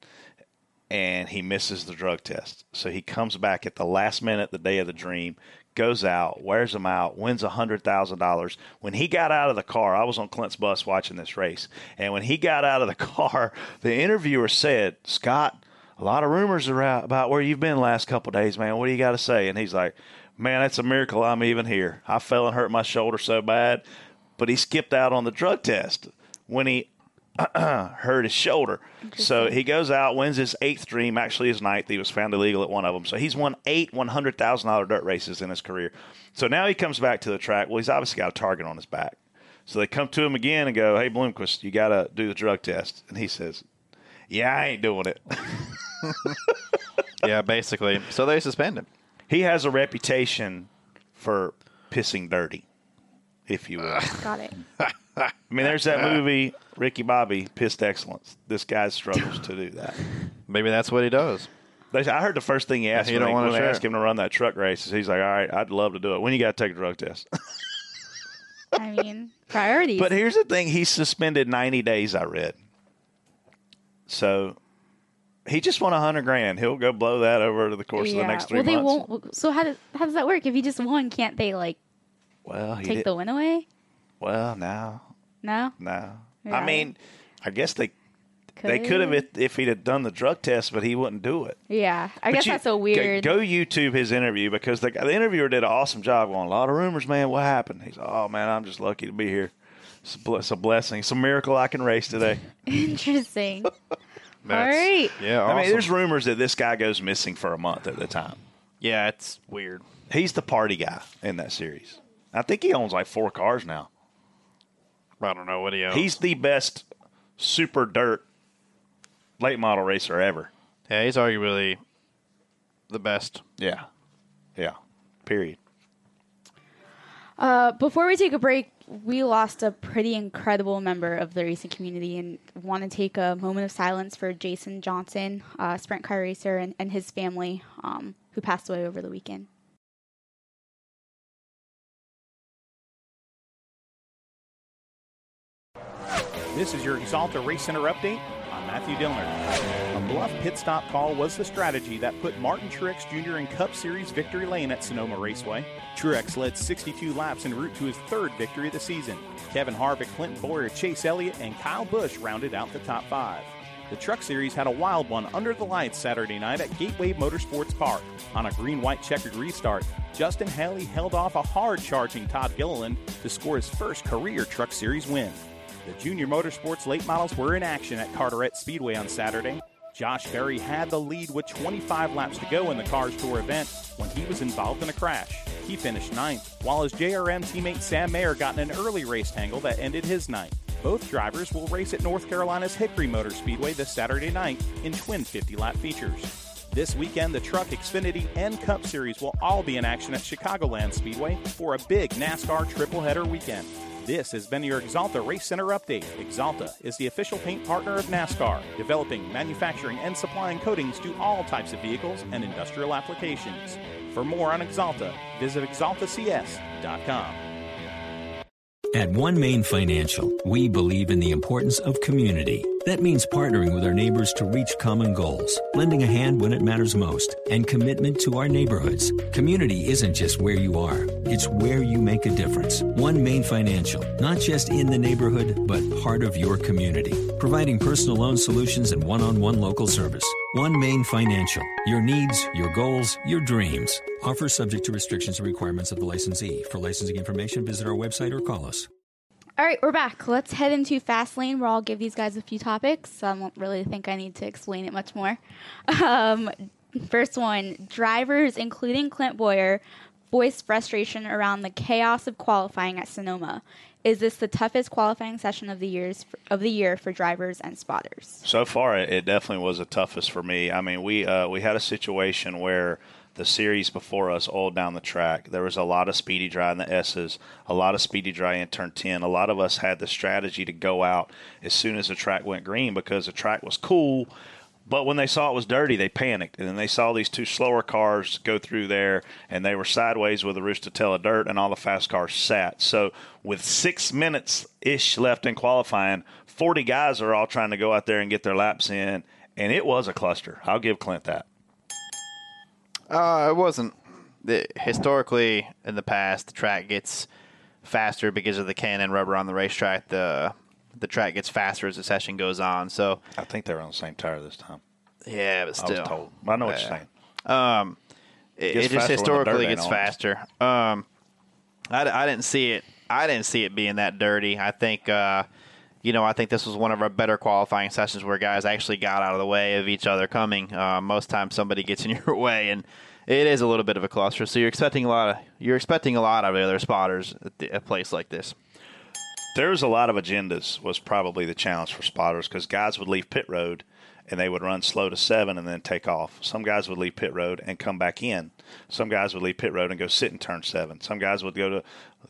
F: And he misses the drug test. So he comes back at the last minute, the day of the dream, goes out, wears them out, wins $100,000. When he got out of the car, I was on Clint's bus watching this race. And when he got out of the car, the interviewer said, Scott, a lot of rumors are out about where you've been the last couple days, man. What do you got to say? And he's like, man, it's a miracle I'm even here. I fell and hurt my shoulder so bad. But he skipped out on the drug test when he hurt his shoulder. So he goes out, wins his eighth dream, actually his ninth. He was found illegal at one of them. So he's won eight $100,000 dirt races in his career. So now he comes back to the track. Well, he's obviously got a target on his back. So they come to him again and go, hey, Bloomquist, you got to do the drug test. And he says, yeah, I ain't doing it.
E: yeah, basically. So they suspend him.
F: he has a reputation for pissing dirty, if you will.
G: Got it.
F: I mean, there's that movie, Ricky Bobby, Pissed Excellence. This guy struggles to do that.
E: Maybe that's what he does.
F: They, I heard the first thing he asked
E: He
F: when,
E: don't
F: they,
E: wanna
F: when they
E: share.
F: asked him to run that truck race is he's like, "All right, I'd love to do it. When you got to take a drug test?"
G: I mean, priorities.
F: but here's the thing: he's suspended 90 days. I read, so he just won a hundred grand. He'll go blow that over the course of the next three
G: well, they
F: months.
G: won't. So how does how does that work? If you just won, can't they like
F: well, he
G: take
F: did,
G: the win away?
F: well, no,
G: No.
F: no.
G: Yeah.
F: I mean, I guess they they could have if, if he'd have done the drug test, but he wouldn't do it.
G: Yeah, I
F: But
G: guess
F: you-
G: that's a
F: go-
G: weird.
F: Go, YouTube his interview because the, the interviewer did an awesome job on a lot of rumors, man. What happened? He's, oh man, I'm just lucky to be here. It's a, ble- it's a blessing. It's a miracle I can race today.
G: Interesting. All
E: That's-
G: right.
E: Yeah,
F: I mean,
E: awesome.
F: there's rumors that this guy goes missing for a month at the time.
E: yeah, it's weird.
F: He's the party guy in that series. I think he owns like four cars now.
E: I don't know what he owns.
F: He's the best super dirt late model racer ever.
E: yeah, he's arguably the best.
F: Yeah, yeah. Period.
G: Uh, before we take a break, we lost a pretty incredible member of the racing community and want to take a moment of silence for Jason Johnson, uh, sprint car racer, and, and his family um, who passed away over the weekend.
I: This is your Exalta Race Center update. I'm Matthew Dillner. A bluff pit stop call was the strategy that put Martin Truex Jr. in Cup Series victory lane at Sonoma Raceway. Truex led 62 laps en route to his third victory of the season. Kevin Harvick, Clinton Boyer, Chase Elliott, and Kyle Busch rounded out the top five. The Truck Series had a wild one under the lights Saturday night at Gateway Motorsports Park. On a green white checkered restart, Justin Haley held off a hard charging Todd Gilliland to score his first career Truck Series win. The Junior Motorsports late models were in action at Carteret Speedway on Saturday. Josh Berry had the lead with 25 laps to go in the Cars Tour event when he was involved in a crash. He finished ninth, while his JRM teammate Sam Mayer got in an early race tangle that ended his ninth. Both drivers will race at North Carolina's Hickory Motor Speedway this Saturday night in twin 50 lap features. This weekend, the Truck Xfinity and Cup Series will all be in action at Chicagoland Speedway for a big NASCAR triple header weekend. This has been your Exalta Race Center update. Exalta is the official paint partner of NASCAR, developing, manufacturing, and supplying coatings to all types of vehicles and industrial applications. For more on Exalta, visit exaltacs.com.
J: At One Main Financial, we believe in the importance of community. That means partnering with our neighbors to reach common goals, lending a hand when it matters most, and commitment to our neighborhoods. Community isn't just where you are, it's where you make a difference. One Main Financial, not just in the neighborhood, but part of your community, providing personal loan solutions and one on one local service. One Main Financial, your needs, your goals, your dreams. Offer subject to restrictions and requirements of the licensee. For licensing information, visit our website or call us.
G: All right, we're back. Let's head into fast lane where I'll give these guys a few topics. I don't really think I need to explain it much more. Um, first one drivers, including Clint Boyer, voiced frustration around the chaos of qualifying at Sonoma. Is this the toughest qualifying session of the years of the year for drivers and spotters?
F: So far, it it definitely was the toughest for me. I mean, we uh, we had a situation where the series before us, all down the track, there was a lot of speedy dry in the S's, a lot of speedy dry in turn ten. A lot of us had the strategy to go out as soon as the track went green because the track was cool. But when they saw it was dirty, they panicked. And then they saw these two slower cars go through there, and they were sideways with a roost to tell of dirt, and all the fast cars sat. So, with six minutes ish left in qualifying, 40 guys are all trying to go out there and get their laps in. And it was a cluster. I'll give Clint that.
E: Uh, it wasn't. The, historically, in the past, the track gets faster because of the can and rubber on the racetrack. The the track gets faster as the session goes on. So
F: I think they were on the same tire this time.
E: yeah, but
F: I
E: still,
F: was told. I know what you're
E: Yeah.
F: saying.
E: Um, it,
F: Gets
E: it just
F: faster when the dirt
E: historically
F: ain't
E: gets
F: on it.
E: faster. Um, I, I didn't see it. I didn't see it being that dirty. I think, uh, you know, I think this was one of our better qualifying sessions where guys actually got out of the way of each other coming. Uh, most times, somebody gets in your way, and it is a little bit of a cluster. So you're expecting a lot of you're expecting a lot of the other spotters at the, a place like this.
F: There's a lot of agendas was probably the challenge for spotters because guys would leave pit road and they would run slow to seven and then take off. Some guys would leave pit road and come back in. Some guys would leave pit road and go sit in turn seven. Some guys would go to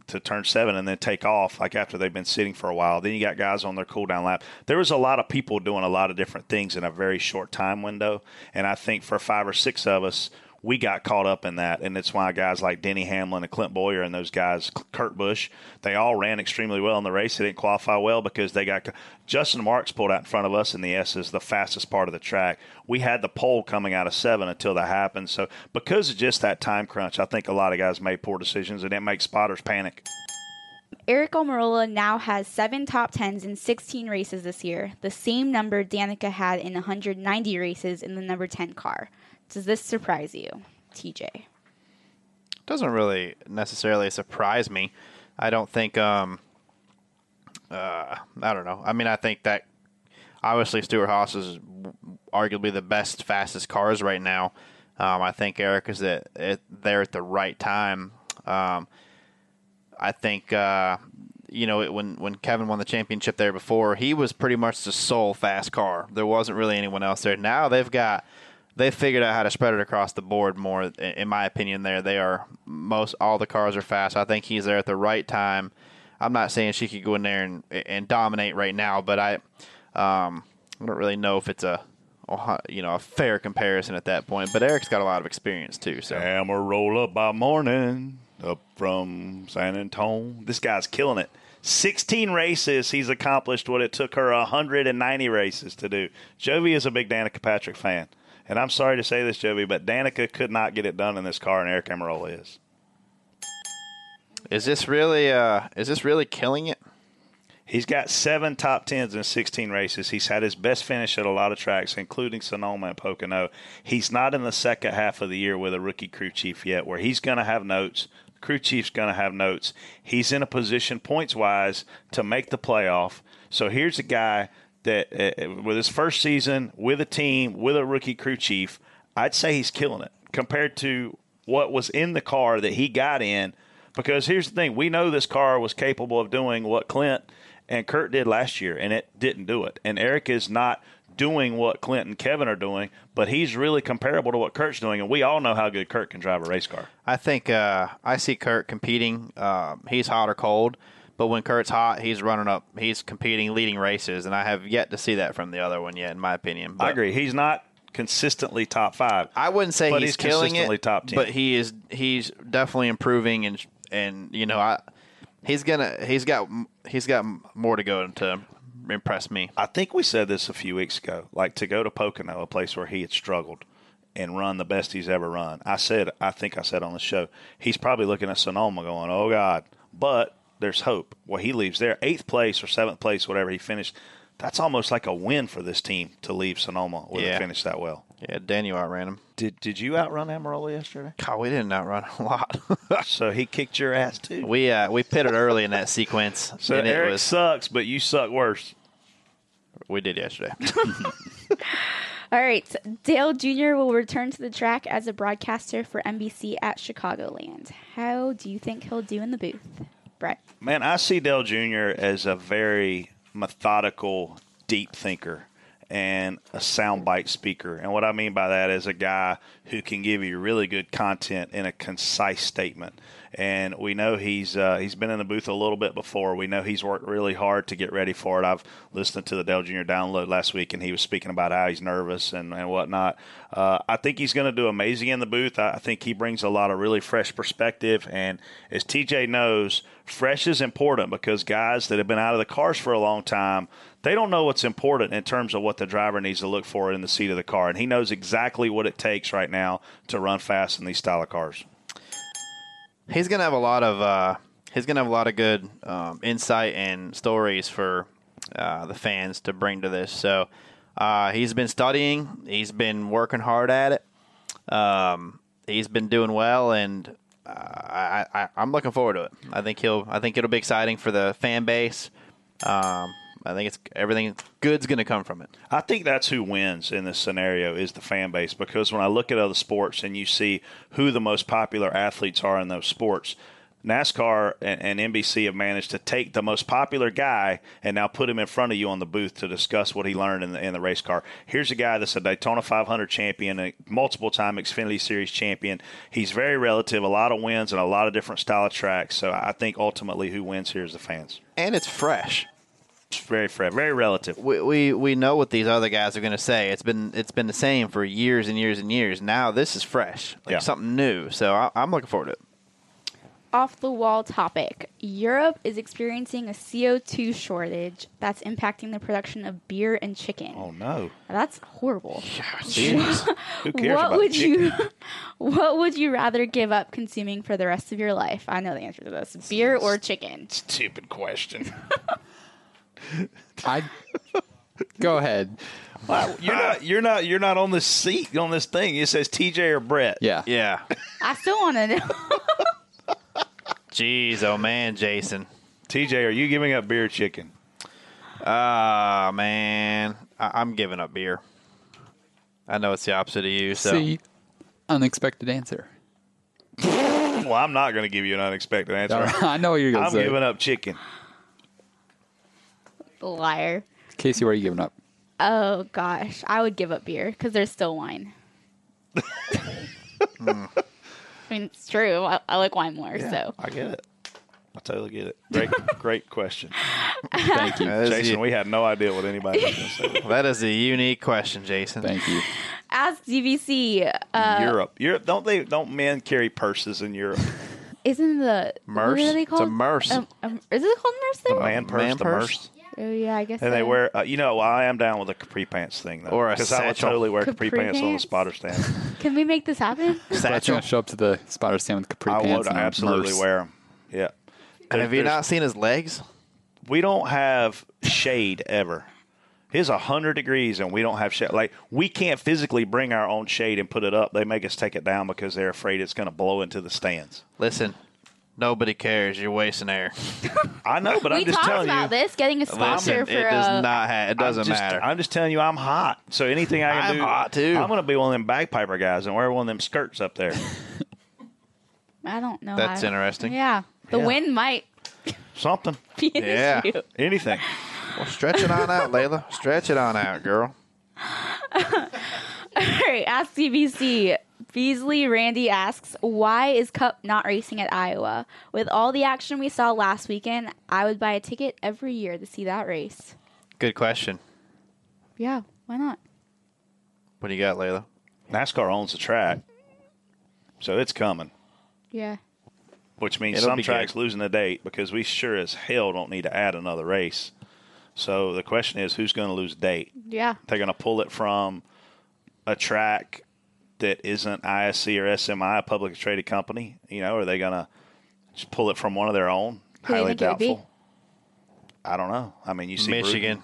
F: to turn seven and then take off like after they've been sitting for a while. Then you got guys on their cool down lap. There was a lot of people doing a lot of different things in a very short time window, and I think for five or six of us, we got caught up in that, and it's why guys like Denny Hamlin and Clint Boyer and those guys, Kurt Busch, they all ran extremely well in the race. They didn't qualify well because they got Justin Marks pulled out in front of us in the S's, the fastest part of the track. We had the pole coming out of seven until that happened. So because of just that time crunch, I think a lot of guys made poor decisions, and it makes spotters panic.
G: Eric Almirola now has seven top tens in 16 races this year, the same number Danica had in 190 races in the number 10 car. Does this surprise you, TJ?
E: doesn't really necessarily surprise me. I don't think. Um, uh, I don't know. I mean, I think that obviously Stuart Haas is arguably the best, fastest cars right now. Um, I think Eric is at, at, there at the right time. Um, I think uh, you know it, when when Kevin won the championship there before, he was pretty much the sole fast car. There wasn't really anyone else there. Now they've got they figured out how to spread it across the board more. i- In my opinion, there they are most all the cars are fast. I think he's there at the right time. I'm not saying she could go in there and and dominate right now, but I um, I don't really know if it's a a- you know a fair comparison at that point. But Eric's got a lot of experience too, so.
F: Amarola by morning, up from San Antone. This guy's killing it. 16 races, he's accomplished what it took her 190 races to do. Jovi is a big Danica Patrick fan. And I'm sorry to say this, Jovi, but Danica could not get it done in this car, and Eric Amarola is.
E: Is this really uh is this really killing it?
F: He's got seven top tens in 16 races. He's had his best finish at a lot of tracks, including Sonoma and Pocono. He's not in the second half of the year with a rookie crew chief yet, where he's going to have notes. Crew chief's going to have notes. He's in a position points wise to make the playoff. So here's a guy that, uh, with his first season with a team, with a rookie crew chief, I'd say he's killing it compared to what was in the car that he got in. Because here's the thing we know this car was capable of doing what Clint and Kurt did last year, and it didn't do it. And Eric is not doing what Clint and Kevin are doing, but he's really comparable to what Kurt's doing, and we all know how good Kurt can drive a race car.
E: I think uh, I see Kurt competing. Uh, he's hot or cold, but when Kurt's hot, he's running up. He's competing, leading races, and I have yet to see that from the other one yet, in my opinion. But
F: I agree. He's not consistently top five.
E: I wouldn't say
F: But
E: he's,
F: he's
E: killing
F: consistently
E: it,
F: top 10.
E: but he is. He's definitely improving, and and you know, I he's gonna. He's got. He's got more to go to impress me.
F: I think we said this a few weeks ago. Like to go to Pocono, a place where he had struggled, and run the best he's ever run. I said, I think I said on the show, he's probably looking at Sonoma going, oh God. But there's hope. Well, he leaves there, eighth place or seventh place, whatever he finished. That's almost like a win for this team to leave Sonoma with
E: Yeah.
F: a finish that well.
E: Yeah, Daniel outran him.
F: Did Did you outrun Amarola yesterday?
E: God, we didn't outrun a lot.
F: so he kicked your ass too.
E: we uh, we pitted early in that sequence,
F: So
E: and
F: Eric
E: it was
F: sucks, but you suck worse.
E: we did yesterday.
G: All right. Dale Jr. will return to the track as a broadcaster for NBC at Chicagoland. How do you think he'll do in the booth, Brett?
F: Man, I see Dell Jr. as a very methodical, deep thinker and a soundbite speaker. And what I mean by that is a guy who can give you really good content in a concise statement. And we know he's uh, he's been in the booth a little bit before. We know he's worked really hard to get ready for it. I've listened to the Dell Jr. download last week, and he was speaking about how he's nervous and, and whatnot. Uh, I think he's going to do amazing in the booth. I, I think he brings a lot of really fresh perspective. And as TJ knows, fresh is important because guys that have been out of the cars for a long time they don't know what's important in terms of what the driver needs to look for in the seat of the car and he knows exactly what it takes right now to run fast in these style of cars
E: he's gonna have a lot of uh, he's gonna have a lot of good um, insight and stories for uh, the fans to bring to this. So uh, he's been studying, he's been working hard at it, um, he's been doing well, and uh, I, I, I'm looking forward to it. I think he'll I think it'll be exciting for the fan base. Um, I think it's everything good's gonna come from it.
F: I think that's who wins in this scenario is the fan base because when I look at other sports and you see who the most popular athletes are in those sports, NASCAR and, and NBC have managed to take the most popular guy and now put him in front of you on the booth to discuss what he learned in the, in the race car. Here's a guy that's a Daytona 500 champion, a multiple time Xfinity Series champion. He's very relative, a lot of wins and a lot of different style of tracks. So I think ultimately who wins here is the fans.
E: And it's fresh.
F: It's very, fair, very relative.
E: we, we we know what these other guys are going to say. It's been it's been the same for years and years and years. Now this is fresh, like
F: Yeah.
E: something new. So I, I'm looking forward to it.
G: Off the wall topic Europe is experiencing a CO2 shortage that's impacting the production of beer and chicken.
F: Oh, no.
G: That's horrible.
F: Who cares
G: what
F: about
G: would
F: chicken?
G: you what would you rather give up consuming for the rest of your life? I know the answer to this. Beer or chicken?
F: Stupid question.
H: I go ahead.
F: You're not. You're not. You're not on this seat on this thing. It says TJ or Brett.
H: Yeah.
E: Yeah.
G: I still want to know.
E: Jeez, oh man, Jason.
F: TJ, are you giving up beer or chicken?
E: Ah man, I, I'm giving up beer. I know it's the opposite of you. So
H: See, unexpected answer.
F: Well, I'm not going to give you an unexpected answer.
H: I know what you're gonna
F: I'm
H: say.
F: giving up chicken.
G: Liar.
H: Casey, what are you giving up?
G: Oh gosh, I would give up beer because there's still wine.
E: Hmm.
G: I mean, it's true. I, I like wine more. So
F: I get it. I totally get it. Great, great question,
H: Thank you.
E: that is
F: Jason.
E: u-
F: We had no idea what anybody was going to say.
E: that is a unique question, Jason.
H: Thank you.
G: ask DVC. Uh,
F: Europe, Europe. Don't they? Don't men carry purses in Europe?
G: isn't the
E: Merce?
G: What are they
E: It's a
G: called?
E: merce.
G: Um, um, is it called merce? There?
F: The man purse.
E: man
F: the
E: purse?
F: merse.
G: oh yeah, I guess.
F: And they
G: so.
F: wear. Uh, you know, I am down with a capri pants thing though,
E: Or a
F: because I would
E: satchel.
F: totally wear capri,
G: Capri
F: pants, on the
G: pants?
F: spotter stand.
G: Can we make this happen?
H: Brett's gonna
E: Satchel.
H: show up to the spotter stand with capri
F: I would
H: pants. and a
F: absolutely
H: merce.
F: wear them. Yeah.
E: And have you
F: There's-
E: not seen his legs?
F: we don't have shade ever. It's hundred degrees and we don't have shade. Like we can't physically bring our own shade and put it up. They make us take it down because they're afraid it's going to blow into the stands.
E: Listen, nobody cares. You're wasting air.
F: I know, but
G: we
F: I'm just
G: talked
F: telling
G: about
F: you.
G: this getting a sponsor
E: Listen,
G: for uh,
E: it does
G: a-
E: not. Ha- it
F: I'm
E: doesn't
F: just-
E: matter.
F: I'm just telling you, I'm hot. So anything I can
E: I'm
F: do,
E: hot, too.
F: I'm going to be one of them bagpiper guys and wear one of them skirts up there.
G: I don't know.
E: That's
G: how-
E: interesting.
G: Yeah, the
F: Yeah.
G: wind might.
F: Something.
G: be an
E: Yeah.
G: issue.
F: Anything.
E: Well, stretch it on out, Layla. Stretch it on out, girl.
G: All right, ask CBC. Beasley Randy asks, why is Cup not racing at Iowa? With all the action we saw last weekend, I would buy a ticket every year to see that race.
E: Good question.
G: Yeah, why not?
E: What do you got, Layla?
F: NASCAR owns the track, so it's coming.
G: Yeah.
F: Which means
E: It'll
F: some
E: be
F: tracks
E: good.
F: losing a date because we sure as hell don't need to add another race. So the question is, who's going to lose a date?
G: Yeah.
F: They're going to pull it from a track that isn't ISC or SMI, a publicly traded company. You know, are they going to just pull it from one of their own?
G: Who do you
F: Highly
G: think it would be?
F: doubtful. I don't know. I mean, you see Bruton-
E: Michigan.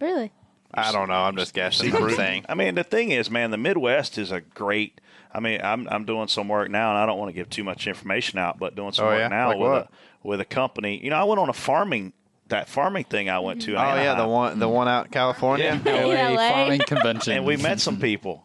G: Really?
E: I don't know. I'm just guessing. I'm saying.
F: I mean, the thing is, man, the Midwest is a great. I mean, I'm I'm doing some work now, and I don't want to give too much information out, but doing some
E: Oh,
F: work
E: yeah?
F: now
E: Like
F: with
E: what?
F: a with a company. You know, I went on a farming that farming thing I went to. in
E: Oh yeah, the
F: Anaheim,
E: one, the one out in California. Yeah,
G: In LA?
H: farming convention.
F: and we met some people.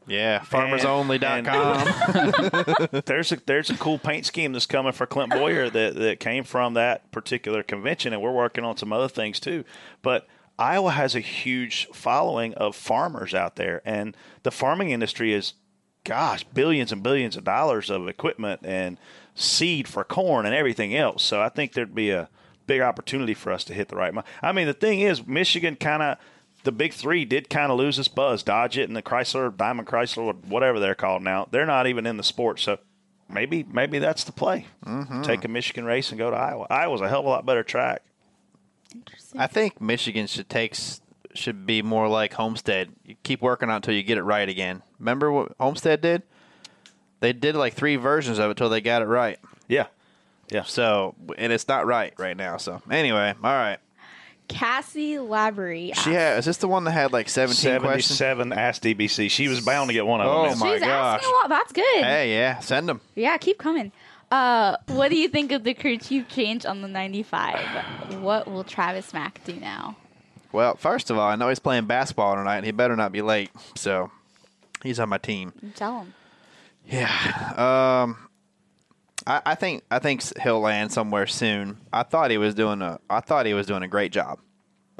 E: farmersonly.com.
F: There's a there's a cool paint scheme that's coming for Clint Boyer that that came from that particular convention, and we're working on some other things too. But Iowa has a huge following of farmers out there, and the farming industry is, gosh, billions and billions of dollars of equipment and seed for corn and everything else. So I think there'd be a big opportunity for us to hit the right. mi- I mean, the thing is, Michigan kind of the big three did kind of lose its buzz. Dodge it and the Chrysler, Diamond Chrysler, whatever they're called now. They're not even in the sport, so maybe maybe that's the play. Take a Michigan race and go to Iowa. Iowa's a hell of a lot better track.
G: Interesting.
E: I think Michigan should takes should be more like Homestead. You keep working on it until you get it right again. Remember what Homestead did? They did like three versions of it till they got it right.
F: Yeah,
E: So, and it's not right right now. So, anyway, all right.
G: Cassie Lavery.
E: She had, is this the one that had like 17 questions?
F: seventy-seven. Ask DBC. She was bound to get one of
E: Oh,
F: them. in.
E: my
G: She's
E: gosh.
G: asking a lot. That's good.
E: Hey, yeah, send them.
G: Yeah, keep coming. Uh, what do you think of the crew chief change on the 95? What will Travis Mack do now?
E: Well, first of all, I know he's playing basketball tonight. and He better not be late. So, he's on my team.
G: Tell him.
E: Yeah. Um, I, I think I think he'll land somewhere soon. I thought he was doing a I thought he was doing a great job.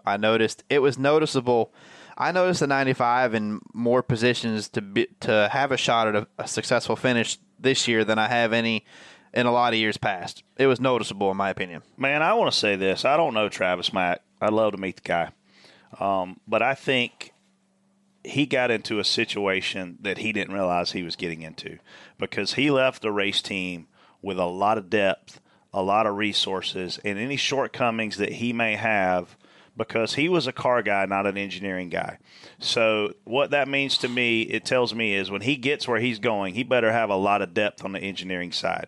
E: I noticed it was noticeable. I noticed the 95 in more positions to be, to have a shot at a, a successful finish this year than I have any in a lot of years past. It was noticeable in my opinion.
F: Man, I want to say this. I don't know Travis Mack. I'd love to meet the guy. Um, but I think he got into a situation that he didn't realize he was getting into because he left the race team with a lot of depth, a lot of resources, and any shortcomings that he may have because he was a car guy, not an engineering guy. So, what that means to me, it tells me is when he gets where he's going, he better have a lot of depth on the engineering side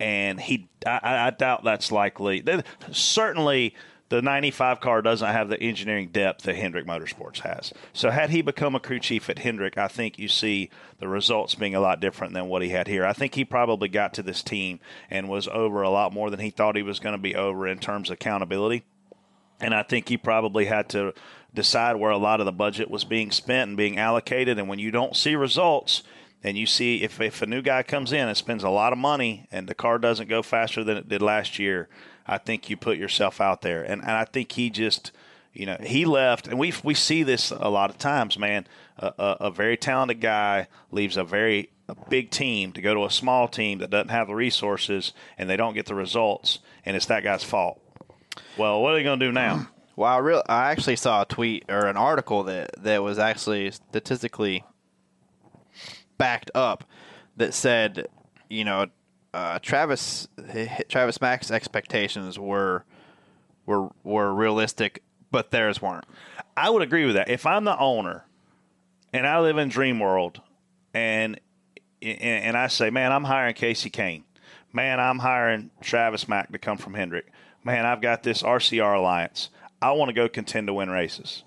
F: and he I- I, I doubt that's likely. There- Certainly, the 95 car doesn't have the engineering depth that Hendrick Motorsports has. So, had he become a crew chief at Hendrick, I think you see the results being a lot different than what he had here. I think he probably got to this team and was over a lot more than he thought he was going to be over in terms of accountability. And I think he probably had to decide where a lot of the budget was being spent and being allocated. And when you don't see results, and you see if, if a new guy comes in and spends a lot of money and the car doesn't go faster than it did last year, I think you put yourself out there. And, and I think he just, you know, he left. And we, we see this a lot of times, man. A, a, a very talented guy leaves a very a big team to go to a small team that doesn't have the resources and they don't get the results. And it's that guy's fault. Well, what are they going to do now?
E: Well, I real I actually saw a tweet or an article that that was actually statistically backed up that said, you know, uh, Travis Travis Mack's expectations were were were realistic, but theirs weren't.
F: I would agree with that. If I'm the owner and I live in dream world and and, and I say, man, I'm hiring Casey Kane. Man, I'm hiring Travis Mack to come from Hendrick. Man, I've got this RCR alliance. I want to go contend to win races.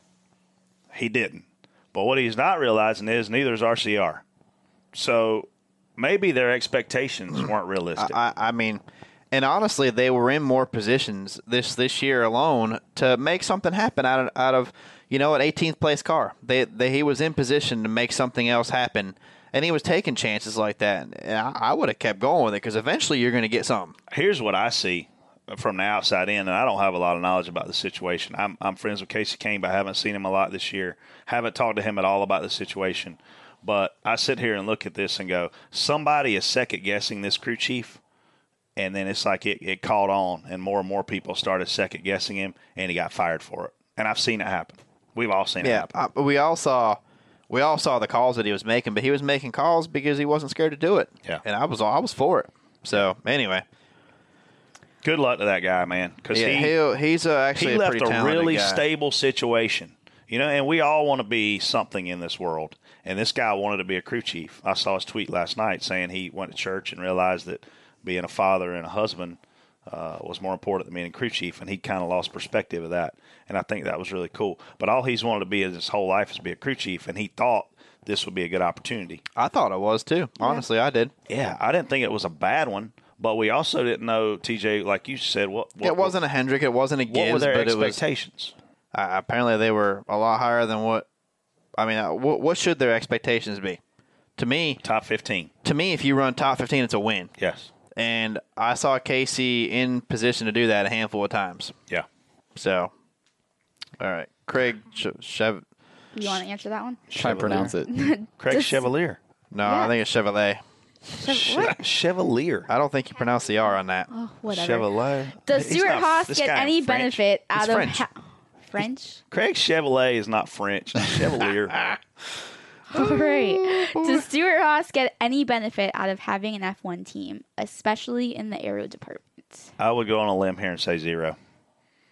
F: He didn't. But what he's not realizing is neither is RCR. So maybe their expectations weren't realistic.
E: I, I mean, and honestly, they were in more positions this this year alone to make something happen out of out of you know an 18th place car. They, they he was in position to make something else happen, and he was taking chances like that. And I, I would have kept going with it because eventually you're going to get something.
F: here's what I see from the outside in, and I don't have a lot of knowledge about the situation. I'm, I'm friends with Casey Kane, but I haven't seen him a lot this year. Haven't talked to him at all about the situation. But I sit here and look at this and go, somebody is second guessing this crew chief. And then it's like it, it caught on, and more and more people started second guessing him, and he got fired for it. And I've seen it happen. We've all seen it
E: Yeah,
F: happen.
E: uh, we all saw, we all saw the calls that he was making, but he was making calls because he wasn't scared to do it.
F: Yeah.
E: and I was, I was for it. So anyway,
F: Good luck to that guy, man. Because
E: yeah,
F: he,
E: he'll he's uh, actually
F: he
E: a
F: left
E: pretty
F: a
E: talented
F: really
E: guy.
F: stable situation. You know, and we all want to be something in this world. And this guy wanted to be a crew chief. I saw his tweet last night saying he went to church and realized that being a father and a husband uh, was more important than being a crew chief, and he kind of lost perspective of that. And I think that was really cool. But all he's wanted to be his whole life is be a crew chief, and he thought this would be a good opportunity.
E: I thought I was too. Honestly, I did.
F: Yeah, I didn't think it was a bad one, but we also didn't know TJ, like you said, what, what
E: it wasn't a Hendrick. It wasn't a
F: what,
E: Gibbs.
F: were their
E: but it was
F: expectations.
E: uh, apparently they were a lot higher than what. I mean, uh, what, what should their expectations be? To me,
F: Top fifteen.
E: to me, if you run top fifteen, it's a win.
F: Yes.
E: And I saw Casey in position to do that a handful of times.
F: Yeah.
E: So, all right, Craig Sh- Chev.
G: You want to answer that one?
H: Try and pronounce it.
F: Craig
G: Just-
F: Chevalier.
E: No, I
G: Yeah.
E: think it's Chevrolet.
G: Chev- what?
F: Chevalier.
E: I don't think you pronounce the R on that.
G: Oh, whatever.
F: Chevalier.
G: Does
F: He's
G: Stuart
F: not-
G: Haas
F: this
G: get
F: guy ain't
G: any
F: French.
G: benefit out
E: He's
G: of
E: French.
G: ha- French?
F: Craig Chevalier is not French. Chevalier.
G: Right. Does Stuart Haas get any benefit out of having an F1 team, especially in the aero department?
F: I would go on a limb here and say zero.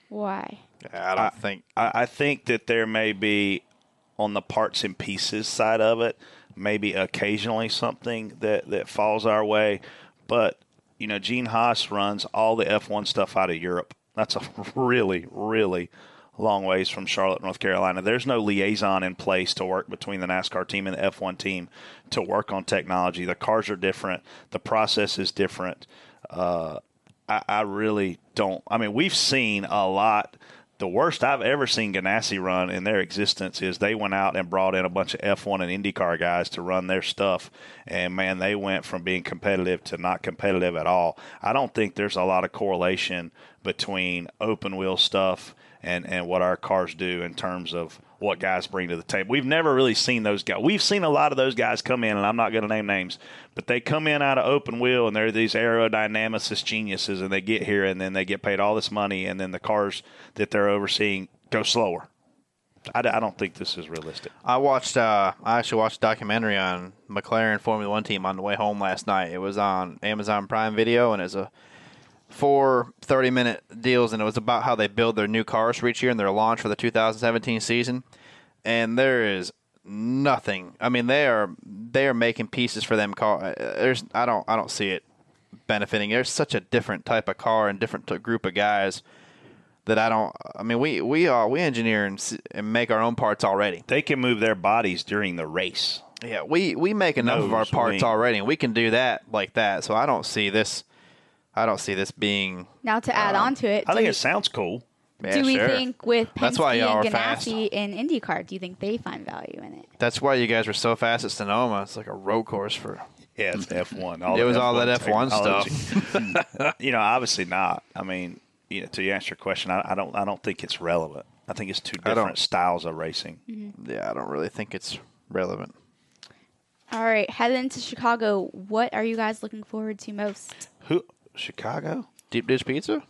G: Why?
E: I don't think.
F: I, I think that there may be on the parts and pieces side of it, maybe occasionally something that, that falls our way. But, you know, Gene Haas runs all the F1 stuff out of Europe. That's a really, really long ways from Charlotte, North Carolina. There's no liaison in place to work between the NASCAR team and the F1 team to work on technology. The cars are different, the process is different. Uh, I, I really don't. I mean, we've seen a lot. The worst I've ever seen Ganassi run in their existence is they went out and brought in a bunch of F1 and IndyCar guys to run their stuff. And man, they went from being competitive to not competitive at all. I don't think there's a lot of correlation between open wheel stuff and, and what our cars do in terms of what guys bring to the table. We've never really seen those guys. We've seen a lot of those guys come in, and I'm not going to name names, but they come in out of open wheel and they're these aerodynamicist geniuses, and they get here and then they get paid all this money, and then the cars that they're overseeing go slower. I, d- I don't think this is realistic.
E: I watched. Uh, I actually watched a documentary on McLaren Formula One team on the way home last night. It was on Amazon Prime Video, and it's a four 30 minute deals, and it was about how they build their new cars for each year and their launch for the 2017 season. And there is nothing. I mean, they are they are making pieces for them. Car. uh, There's. I don't. I don't see it benefiting. There's such a different type of car and different t- group of guys. That I don't. I mean, we we all we engineer and, s- and make our own parts already.
F: They can move their bodies during the race.
E: Yeah, we we make enough of our
F: Nose
E: parts
F: wing.
E: already, and we can do that like that. So I don't see this. I don't see this being.
G: Now to
E: Uh,
G: add on to it,
F: I
G: do
F: think
G: we,
F: it sounds cool.
E: Yeah,
G: do we
E: sure.
G: think with Penske
E: That's why y'all
G: and
E: are fast.
G: Ganassi in IndyCar, do you think they find value in it?
E: That's why you guys were so fast at Sonoma. It's like a road course for.
F: Yeah, it's F1. All
E: It
F: the
E: was all that F1
F: technology.
E: stuff.
F: you know, obviously not. I mean, you know, to answer your question, I, I don't. I don't think it's relevant. I think it's two
E: I don't-
F: different styles of racing.
G: Mm-hmm.
E: Yeah, I don't really think it's relevant.
G: All right, heading into Chicago, what are you guys looking forward to most?
F: Who Chicago?
E: Deep dish pizza?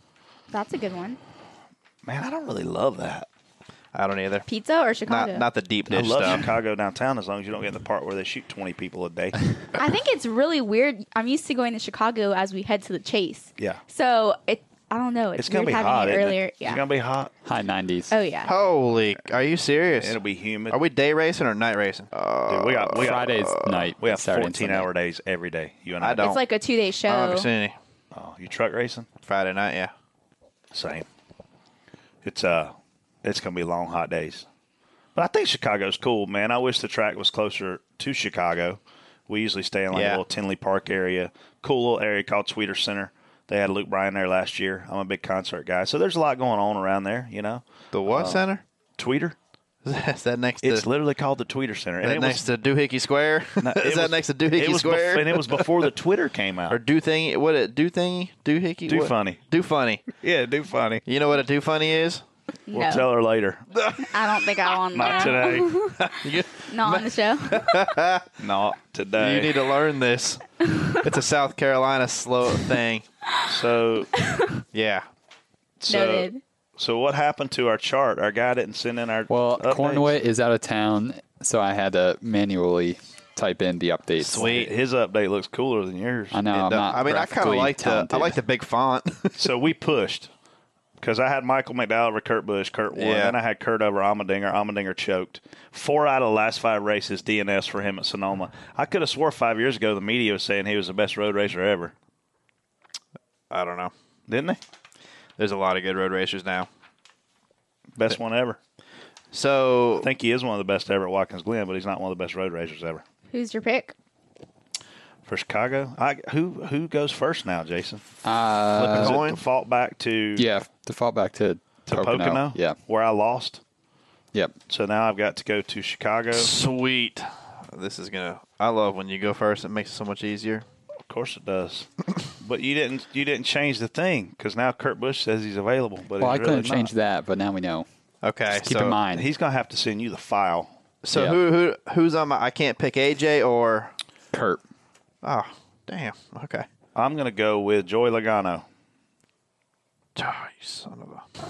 G: That's a good one.
F: Man, I don't really love that.
E: I don't either.
G: Pizza or Chicago?
E: Not not the deep
F: I
E: dish
F: love
E: stuff.
F: Chicago downtown as long as you don't get in the part where they shoot twenty people a day.
G: I think it's really weird. I'm used to going to Chicago as we head to the Chase.
F: Yeah.
G: So it, I don't know. It's,
F: It's gonna
G: weird
F: be
G: having
F: hot
G: it
F: isn't it?
G: earlier. Yeah.
F: It's gonna be hot.
H: High 90s.
G: oh yeah.
E: Holy! Are you serious?
F: It'll be humid.
E: Are we day racing or night racing?
F: Dude, we got we got, uh,
H: Friday's night.
F: we have
H: Saturday and
F: fourteen
H: Sunday.
F: hour days every day. You and I,
E: I don't.
G: It's like a two day show.
E: I don't have opportunity.
F: Oh, you truck racing?
E: Friday night, yeah.
F: Same. It's uh, it's gonna be long hot days. But I think Chicago's cool, man. I wish the track was closer to Chicago. We usually stay in like
E: Yeah.
F: a little Tinley Park area, cool little area called Tweeter Center. They had Luke Bryan there last year. I'm a big concert guy, so there's a lot going on around there. You know,
E: The what center?
F: Tweeter.
E: Is that next?
F: Oh. It's
E: to,
F: literally called the Tweeter Center.
E: that
F: it
E: next to Doohickey Square.
F: no,
E: Is
F: it
E: that
F: was-
E: next to
F: it
E: Doohickey
F: was bef-
E: Square?
F: and it was before the Twitter came out.
E: or do thingy? What it do thingy? Do hickey?
F: Do
E: What?
F: funny.
E: Do funny.
F: yeah, do funny.
E: You know what a do funny is?
G: No,
F: We'll tell her later.
G: I don't think I want
F: Not
G: that.
F: today.
G: Not on the show.
F: Not today.
E: You need to learn this. it's a South Carolina slow thing.
F: so,
E: Yeah.
F: so,
G: Noted.
F: so what happened to our chart? Our guy didn't send in our
H: Well,
F: updates.
H: Cornway is out of town, so I had to manually type in the updates.
E: Sweet.
F: His update looks cooler than yours.
H: I know. I'm not
E: I mean, I kind of
H: graphically
E: like the I
H: talented.
E: like the big font.
F: So we pushed because I had Michael McDowell over Kurt Busch, Kurt won,
E: Yeah.
F: and I had Kurt over Amadinger. Amadinger choked. Four out of the last five races DNS for him at Sonoma. I could have swore five years ago the media was saying he was the best road racer ever,
E: I don't know.
F: didn't they?
E: There's a lot of good road racers now.
F: Best one ever.
E: So
F: I think he is one of the best ever at Watkins Glen, but he's not one of the best road racers ever.
G: Who's your pick?
F: For Chicago, I, who who goes first now, Jason?
H: Uh,
F: Is it
E: coin?
F: default back to
H: yeah, default back to
F: to Pocono,
H: Yeah,
F: where I lost.
H: yep.
F: So now I've got to go to Chicago. Of
E: sweet. This is gonna. I love when you go first. It makes it so much easier.
F: course it does, but you didn't you didn't change the thing because now Kurt Busch says he's available, but
H: Well, I
F: he's
H: couldn't
F: really
H: change
F: not.
H: that, but now we know.
E: Okay.
H: Keep
E: so,
H: in mind,
F: He's gonna have to send you the file.
E: So
H: Yeah.
E: who who who's on my? I can't pick AJ or.
H: Kurt.
E: Oh damn. Okay.
F: I'm gonna go with Joey Logano.
E: Oh, you son of a.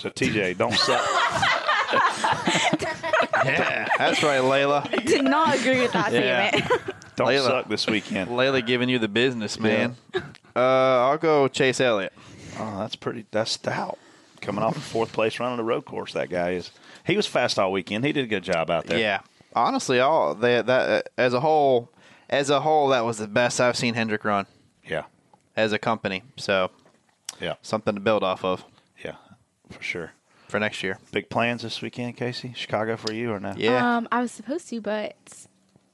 F: So TJ, don't suck.
E: Yeah, that's right, Layla.
G: Did not agree with that
E: Yeah.
G: statement.
F: don't
E: Layla.
F: suck this weekend.
E: Layla giving you the business, man. Uh, I'll go Chase Elliott.
F: Oh, that's pretty. That's stout. Coming off the fourth place run on the road course, that guy is. He was fast all weekend. He did a good job out there.
E: Yeah. Honestly, all that that uh, as a whole, as a whole, that was the best I've seen Hendrick run
F: yeah,
E: as a company. So
F: yeah,
E: something to build off of
F: yeah, for sure.
E: for next year.
F: Big plans this weekend, Casey. Chicago for you or no?
E: Yeah.
G: Um, I was supposed to, but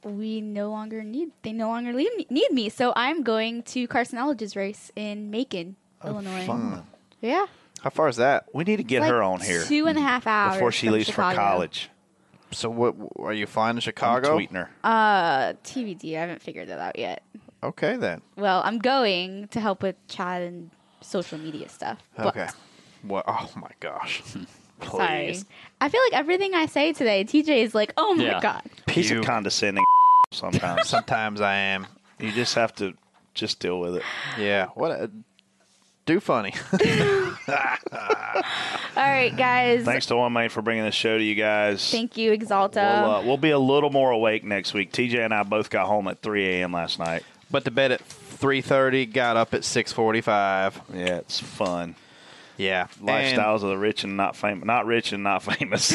G: we no longer need. They no longer leave me, need me, so I'm going to Carson Elledge's race in Macon, Illinois.
F: Oh, Fun.
G: Yeah,
E: Hmm. How far is that?
F: We need to get
G: Like
F: her on here
G: Two and a half hours
F: before she
G: from
F: leaves
G: Chicago.
F: for college.
E: So what are you flying
F: I'm
E: to Chicago?
F: tweeting her.
G: Uh, TBD. I haven't figured that out yet.
E: Okay then.
G: Well, I'm going to help with Chad and social media stuff. but-
E: Okay. What? Oh my gosh.
G: Sorry.
E: Please.
G: I feel like everything I say today, TJ is like, "Oh my
H: Yeah.
G: god."
F: He's a
E: you-
F: condescending sometimes.
E: Sometimes I am.
F: you just have to just deal with it.
E: Yeah. What? A, do funny.
G: All right, guys.
F: Thanks to One Main for bringing this show to you guys.
G: Thank you, Exalta.
F: We'll, uh, we'll be a little more awake next week. TJ and I both got home at 3 a.m. last night.
E: but to bed at three thirty, got up at six forty-five.
F: Yeah, it's fun.
E: Yeah. And-
F: Lifestyles of the rich and not famous. Not rich and not famous.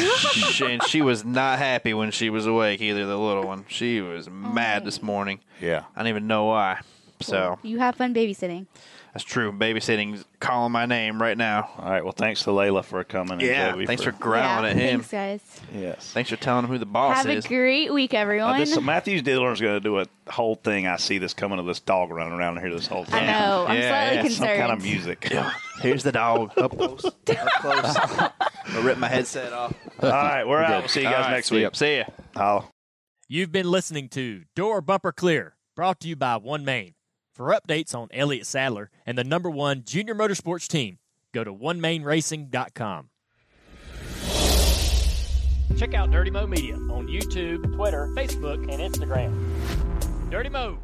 E: she, and she was not happy when she was awake either. The little one, she was mad this morning.
F: yeah.
E: I don't even know why. So
G: you have fun babysitting.
E: that's true. Babysitting's calling my name right now.
F: All right. Well, thanks to Layla for coming. And Joey
E: Thanks for growling at him.
G: Thanks, guys.
F: yes.
E: Thanks for telling him who the boss
G: Have
E: is.
G: a great week, everyone.
F: Uh, this, Matthews Dillon's going to do a whole thing. I see this coming to this dog running around here this whole
G: I
F: time.
G: know. I'm
E: Yeah, yeah,
G: slightly
F: Some
G: concerned.
F: kind of music.
E: Here's the dog. Up close. Up close. I rip my headset off.
F: All right, we're out. We'll see you guys
E: All right,
F: next
E: see
F: week.
E: ya. See ya.
F: Holla.
J: You've been listening to Door Bumper Clear, brought to you by One Main. For updates on Elliott Sadler and the number one junior motorsports team, go to onemainracing.com.
C: Check out Dirty Mo Media on YouTube, Twitter, Facebook, and Instagram. Dirty Mo.